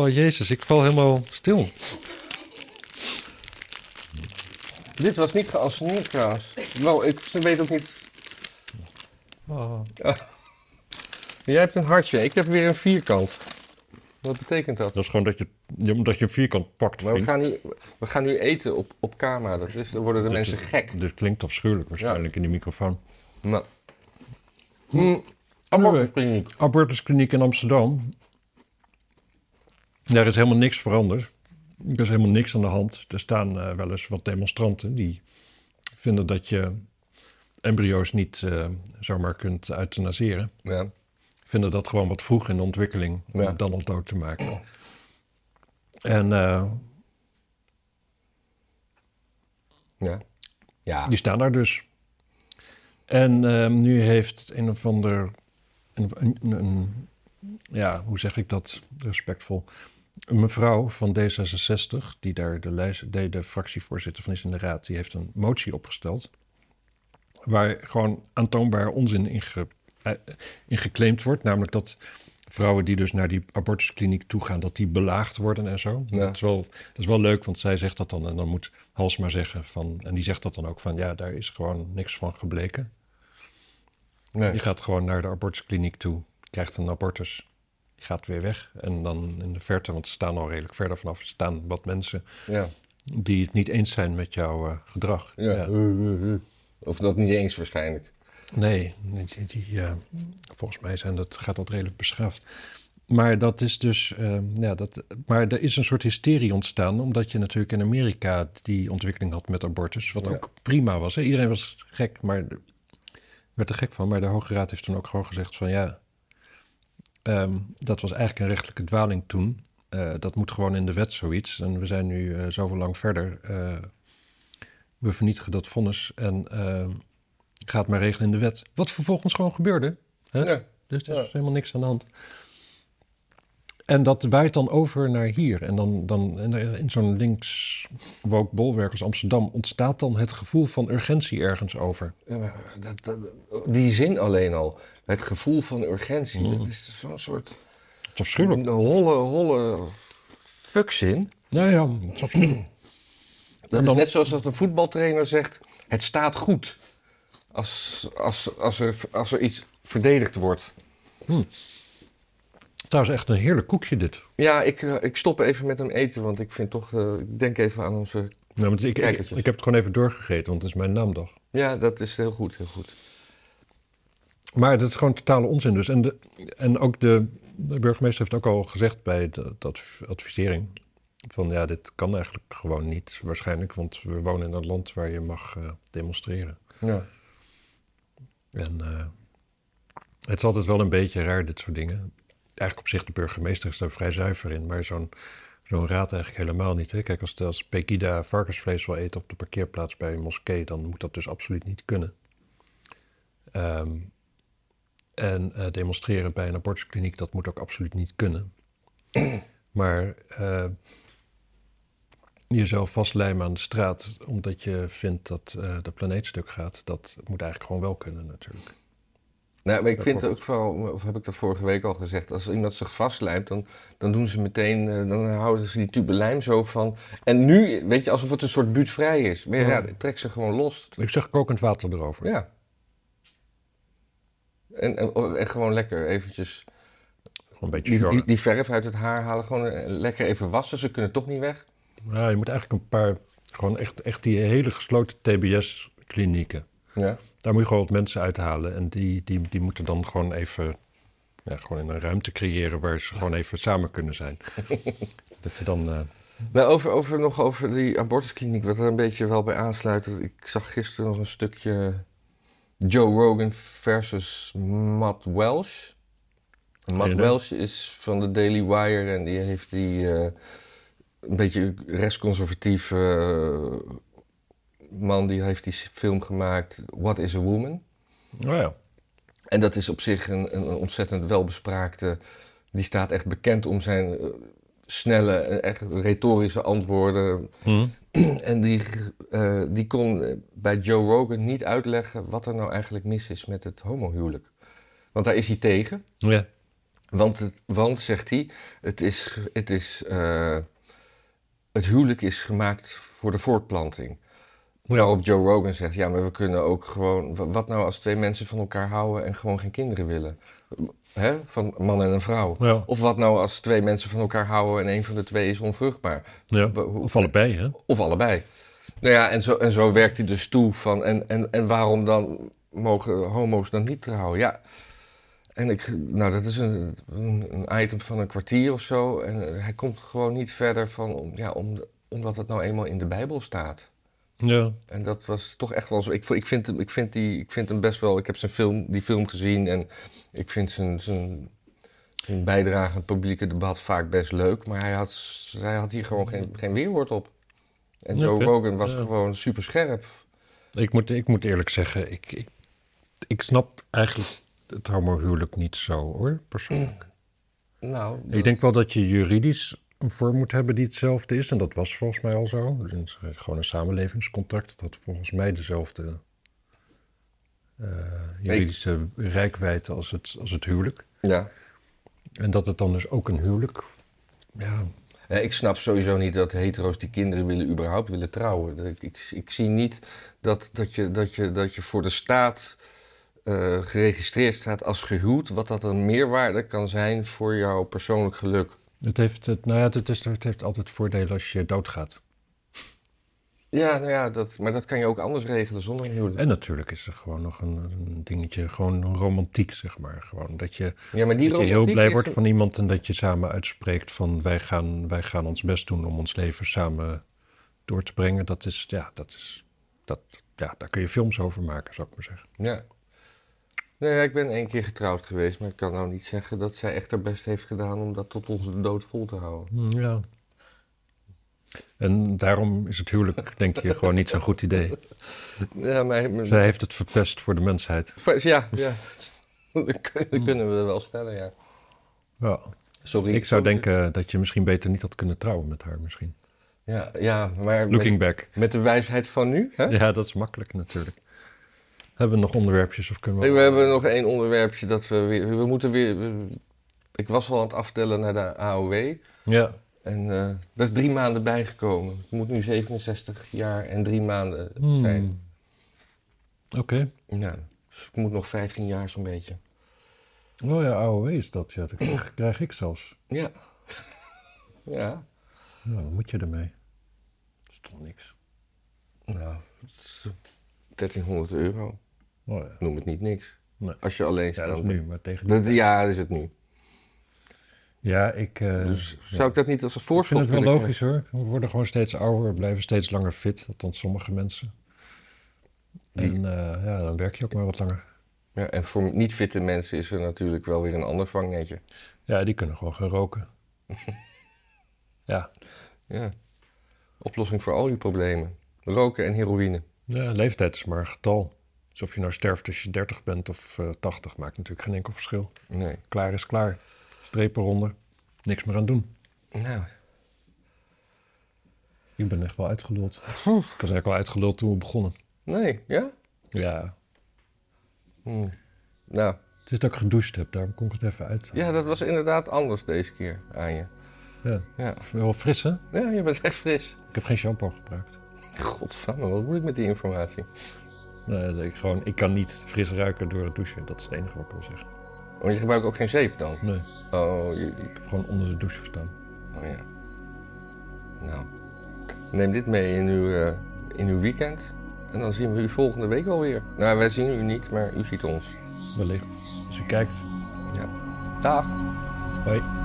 Speaker 1: Oh, jezus. Ik val helemaal stil.
Speaker 2: Dit was niet geanceneerd trouwens. Wel, ik weet ook niet.
Speaker 1: Oh.
Speaker 2: Jij hebt een hartje, ik heb weer een vierkant. Wat betekent dat?
Speaker 1: Dat is gewoon dat je, je- omdat je een vierkant pakt.
Speaker 2: Maar we gaan
Speaker 1: vriend.
Speaker 2: nu, we gaan nu eten op, op camera, dat is, dan worden de
Speaker 1: Dit-
Speaker 2: mensen
Speaker 1: dit-
Speaker 2: gek.
Speaker 1: Dit klinkt afschuwelijk waarschijnlijk in die microfoon.
Speaker 2: Nou. Mm, abortuskliniek.
Speaker 1: Abortuskliniek in Amsterdam. Daar is helemaal niks veranderd. Er is helemaal niks aan de hand. Er staan eh, wel eens wat demonstranten die vinden dat je embryo's niet eh, zomaar kunt euthanaseren.
Speaker 2: Ja.
Speaker 1: vinden dat gewoon wat vroeg in de ontwikkeling om
Speaker 2: Ja.
Speaker 1: het dan al dood te maken. En eh,
Speaker 2: Ja. Ja.
Speaker 1: die staan daar dus. En eh, nu heeft een of ander. Een, een, een- ja, hoe zeg ik dat respectvol? Een mevrouw van D66, die daar de, lijst, de, de fractievoorzitter van is in de raad, die heeft een motie opgesteld. Waar gewoon aantoonbaar onzin in, ge, eh, in geclaimd wordt. Namelijk dat vrouwen die dus naar die abortuskliniek toe gaan, dat die belaagd worden en zo.
Speaker 2: Ja.
Speaker 1: Dat, is wel, dat is wel leuk, want zij zegt dat dan. En dan moet Hals maar zeggen van. En die zegt dat dan ook van: ja, daar is gewoon niks van gebleken.
Speaker 2: Nee.
Speaker 1: Die gaat gewoon naar de abortuskliniek toe, krijgt een abortus, die gaat weer weg. En dan in de verte, want ze staan al redelijk verder vanaf, er staan wat mensen
Speaker 2: Ja.
Speaker 1: die het niet eens zijn met jouw eh, gedrag.
Speaker 2: Ja. Of dat niet eens waarschijnlijk.
Speaker 1: Nee, die, die- die, eh, volgens mij zijn dat, gaat dat redelijk beschaafd. Maar dat is dus, eh, ja, dat, maar er is een soort hysterie ontstaan, omdat je natuurlijk in Amerika die ontwikkeling had met abortus, wat
Speaker 2: Ja.
Speaker 1: ook prima was. Hè? Iedereen was gek, maar de- werd er gek van. Maar de Hoge Raad heeft toen ook gewoon gezegd van ja, ehm, dat was eigenlijk een rechtelijke dwaling toen. Eh, dat moet gewoon in de wet zoiets. En we zijn nu eh, zoveel lang verder. eh, we vernietigen dat vonnis en ehm, ga het maar regelen in de wet. Wat vervolgens gewoon gebeurde. Hè?
Speaker 2: Ja.
Speaker 1: Dus er is
Speaker 2: Ja.
Speaker 1: helemaal niks aan de hand. En dat waait dan over naar hier. En dan, dan en er- in zo'n links woke bolwerk als Amsterdam ontstaat dan het gevoel van urgentie ergens over.
Speaker 2: Ja, maar dat, dat, Hm. die zin alleen al. Het gevoel van urgentie. Dat is zo'n soort
Speaker 1: Het is afschuwelijk.
Speaker 2: holle, holle fuckzin.
Speaker 1: Nou ja, het is afschuwelijk.
Speaker 2: Dat is
Speaker 1: Dan-
Speaker 2: net zoals dat een voetbaltrainer zegt, het staat goed. Als, als, als, er, als er iets verdedigd wordt.
Speaker 1: Trouwens, echt een heerlijk koekje dit.
Speaker 2: Ja, ik, eh, ik stop even met hem eten, want ik vind toch, eh, ik denk even aan onze...
Speaker 1: Nou, want ik, ik,
Speaker 2: Kijkertjes.
Speaker 1: ik heb het gewoon even doorgegeten, want het is mijn naamdag.
Speaker 2: Ja, dat is heel goed, heel goed.
Speaker 1: Maar dat is gewoon totale onzin dus. En, de, en ook de, de burgemeester heeft ook al gezegd bij de, de adv- advisering... van ja, dit kan eigenlijk gewoon niet waarschijnlijk... want we wonen in een land waar je mag eh, demonstreren.
Speaker 2: Ja.
Speaker 1: En eh, het is altijd wel een beetje raar, dit soort dingen. Eigenlijk op zich, de burgemeester is daar vrij zuiver in... maar zo'n zo'n raad eigenlijk helemaal niet. Hè? Kijk, als, als Pegida varkensvlees wil eten op de parkeerplaats bij een moskee... dan moet dat dus absoluut niet kunnen. Ehm, en eh, demonstreren bij een abortuskliniek, dat moet ook absoluut niet kunnen. maar eh, jezelf vastlijmen aan de straat omdat je vindt dat eh, de planeet stuk gaat, dat moet eigenlijk gewoon wel kunnen natuurlijk.
Speaker 2: Nou, maar ik vind
Speaker 1: Bijvoorbeeld.
Speaker 2: ook vooral, of heb ik dat vorige week al gezegd, als iemand zich vastlijmt, dan, dan doen ze meteen, eh, dan houden ze die tube lijm zo van. En nu, weet je, alsof het een soort buurtvrij is. Maar ja,
Speaker 1: Ja.
Speaker 2: trek ze gewoon los.
Speaker 1: Ik zeg kokend water erover.
Speaker 2: Ja. En, en, en gewoon lekker eventjes
Speaker 1: Gewoon een beetje
Speaker 2: die, die,
Speaker 1: jargon.
Speaker 2: die verf uit het haar halen. Gewoon eh, lekker even wassen. Ze kunnen toch niet weg.
Speaker 1: Ja, je moet eigenlijk een paar, gewoon echt, echt die hele gesloten TBS-klinieken.
Speaker 2: Ja.
Speaker 1: Daar moet je gewoon wat mensen uithalen. En die, die, die moeten dan gewoon even, ja, gewoon in een ruimte creëren waar ze gewoon even samen kunnen zijn. dat je dan, eh,
Speaker 2: Nou, over, over, nog over die abortuskliniek, wat er een beetje wel bij aansluit. dat Ik zag gisteren nog een stukje Joe Rogan versus Matt Welsh. Matt
Speaker 1: Ene.
Speaker 2: Welsh is van de Daily Wire en die heeft die eh, een beetje rechtsconservatieve eh, man, die heeft die film gemaakt, What is a Woman?
Speaker 1: oh ja,
Speaker 2: En dat is op zich een, een ontzettend welbespraakte. Die staat echt bekend om zijn eh, snelle, eh, echt retorische antwoorden.
Speaker 1: Hm.
Speaker 2: En die, eh, die kon eh, bij Joe Rogan niet uitleggen wat er nou eigenlijk mis is met het homohuwelijk. Want daar is hij tegen.
Speaker 1: ja.
Speaker 2: Want, het, want zegt hij, het, is, het, is, eh, het huwelijk is gemaakt voor de voortplanting. Waarop Joe Rogan zegt, ja, maar we kunnen ook gewoon... wa- Wat nou als twee mensen van elkaar houden en gewoon geen kinderen willen? Hè? Van een man en een vrouw.
Speaker 1: Ja,
Speaker 2: Of wat nou als twee mensen van elkaar houden en een van de twee is onvruchtbaar?
Speaker 1: ja.
Speaker 2: Wa- hoe-
Speaker 1: Of allebei, hè?
Speaker 2: Of allebei. Nou ja, en zo, en zo werkt hij dus toe van... En, en, en waarom dan mogen homo's dan niet trouwen? Ja, en ik... Nou, dat is een, een een item van een kwartier of zo. En eh, hij komt gewoon niet verder van... om- Ja, om, omdat het nou eenmaal in de Bijbel staat.
Speaker 1: Ja.
Speaker 2: En dat was toch echt wel zo. Ik, vo- ik, vind, hem- ik, vind, die, ik vind hem best wel. Ik heb zijn film, die film gezien en ik vind zijn, zijn, zijn bijdrage aan het publieke debat vaak best leuk. Maar hij had, s- hij had hier gewoon geen, geen weerwoord op. En Joe
Speaker 1: Oké,
Speaker 2: Rogan was
Speaker 1: ja.
Speaker 2: gewoon super scherp.
Speaker 1: Ik moet, ik moet eerlijk zeggen, ik, ik, ik snap eigenlijk het homohuwelijk niet zo hoor, persoonlijk.
Speaker 2: Nou,
Speaker 1: Ik denk wel dat je juridisch een vorm moet hebben die hetzelfde is. En dat was volgens mij al zo. Dus gewoon een samenlevingscontract. Dat had volgens mij dezelfde eh, juridische rijkwijde als het, als het huwelijk.
Speaker 2: ja.
Speaker 1: En dat het dan dus ook een huwelijk... Ja,
Speaker 2: Ja, Eh, ik snap sowieso niet dat hetero's die kinderen willen, überhaupt willen trouwen. Dat Ik, ik, ik zie niet dat, dat, je, dat, je, dat je voor de staat eh, geregistreerd staat als gehuwd, wat dat een meerwaarde kan zijn voor jouw persoonlijk geluk.
Speaker 1: het heeft, het, nou ja, het, is, het heeft altijd voordelen als je doodgaat.
Speaker 2: Ja, nou ja, dat, maar dat kan je ook anders regelen zonder een huwelijk.
Speaker 1: En natuurlijk is er gewoon nog een, een dingetje, gewoon romantiek, zeg maar. Gewoon dat je,
Speaker 2: Ja, maar die
Speaker 1: dat je heel
Speaker 2: romantiek
Speaker 1: blij
Speaker 2: is
Speaker 1: wordt
Speaker 2: een-
Speaker 1: van iemand en dat je samen uitspreekt van wij gaan, wij gaan ons best doen om ons leven samen door te brengen. Dat is, ja, dat is, dat, ja, daar kun je films over maken, zou ik maar zeggen.
Speaker 2: Ja. Nee, ja, ik ben één keer getrouwd geweest, maar ik kan nou niet zeggen dat zij echt haar best heeft gedaan om dat tot onze dood vol te houden.
Speaker 1: Hmm, Ja. En daarom is het huwelijk, denk je, gewoon niet zo'n goed idee.
Speaker 2: Ja, maar... maar-
Speaker 1: Zij heeft het verpest voor de mensheid.
Speaker 2: Ja, ja. Dat kun- dat kunnen we wel stellen, ja.
Speaker 1: Ja.
Speaker 2: Sorry.
Speaker 1: Ik zou
Speaker 2: sorry.
Speaker 1: denken dat je misschien beter niet had kunnen trouwen met haar, misschien.
Speaker 2: Ja, ja maar met,
Speaker 1: Looking back.
Speaker 2: met de wijsheid van nu. Hè?
Speaker 1: Ja, dat is makkelijk natuurlijk. Hebben we nog onderwerpjes of kunnen we...
Speaker 2: Hey, we hebben nog één onderwerpje dat we weer. We moeten weer. we- ik was al aan het aftellen naar de AOW.
Speaker 1: Ja,
Speaker 2: En eh dat is drie maanden bijgekomen. Het moet nu 67 jaar en drie maanden
Speaker 1: Hmm.
Speaker 2: zijn.
Speaker 1: oké.
Speaker 2: Ja, dus ik moet nog 15 jaar zo'n beetje.
Speaker 1: Oh ja, AOW is dat. Ja, dat krijg, krijg ik zelfs.
Speaker 2: Ja. ja.
Speaker 1: Ja, wat moet je ermee? Dat is toch niks.
Speaker 2: Nou, het is 1300 euro.
Speaker 1: Oh ja.
Speaker 2: Noem het niet niks.
Speaker 1: Nee.
Speaker 2: Als je alleen
Speaker 1: ja,
Speaker 2: staat.
Speaker 1: dat is nu, maar tegen...
Speaker 2: Dat- ja, dat is het nu.
Speaker 1: Ja, ik... eh,
Speaker 2: Dus
Speaker 1: ja.
Speaker 2: zou ik dat niet als een
Speaker 1: Ik vind
Speaker 2: voorschot
Speaker 1: het wel
Speaker 2: willen
Speaker 1: logisch hoor. We worden gewoon steeds ouder, we blijven steeds langer fit. Althans, sommige mensen. En eh, ja, dan werk je ook maar wat langer.
Speaker 2: Ja, en voor niet-fitte mensen is er natuurlijk wel weer een ander vangnetje.
Speaker 1: Ja, die kunnen gewoon gaan roken. ja.
Speaker 2: Ja. Oplossing voor al je problemen. Roken en heroïne.
Speaker 1: Ja, leeftijd is maar een getal. Dus of je nou sterft als je 30 bent of eh 80, maakt natuurlijk geen enkel verschil.
Speaker 2: Nee.
Speaker 1: Klaar is klaar. Strepen eronder. Niks meer aan doen.
Speaker 2: Nou,
Speaker 1: Ik ben echt wel uitgeluld. Ik was eigenlijk al uitgeluld toen we begonnen.
Speaker 2: nee, ja?
Speaker 1: Ja.
Speaker 2: Hm. Nou,
Speaker 1: Het is dat ik gedoucht heb, daarom kon ik het even uit.
Speaker 2: ja, dat was inderdaad anders deze keer aan je.
Speaker 1: Ja.
Speaker 2: Ja,
Speaker 1: Wel fris, hè?
Speaker 2: ja je bent echt fris.
Speaker 1: Ik heb geen shampoo gebruikt.
Speaker 2: Godsamme, wat moet ik met die informatie?
Speaker 1: Nee, dat ik, gewoon, ik kan niet fris ruiken door het douchen. Dat is het enige wat ik kan zeggen.
Speaker 2: Want je gebruikt ook geen zeep dan?
Speaker 1: Nee, ik
Speaker 2: Oh, je- je-
Speaker 1: heb gewoon onder de douche gestaan.
Speaker 2: oh ja. Nou, neem dit mee in uw, eh, in uw weekend. En dan zien we u volgende week alweer. Nou, wij zien u niet, maar u ziet ons.
Speaker 1: Wellicht. Dus u kijkt.
Speaker 2: Dag!
Speaker 1: Hoi.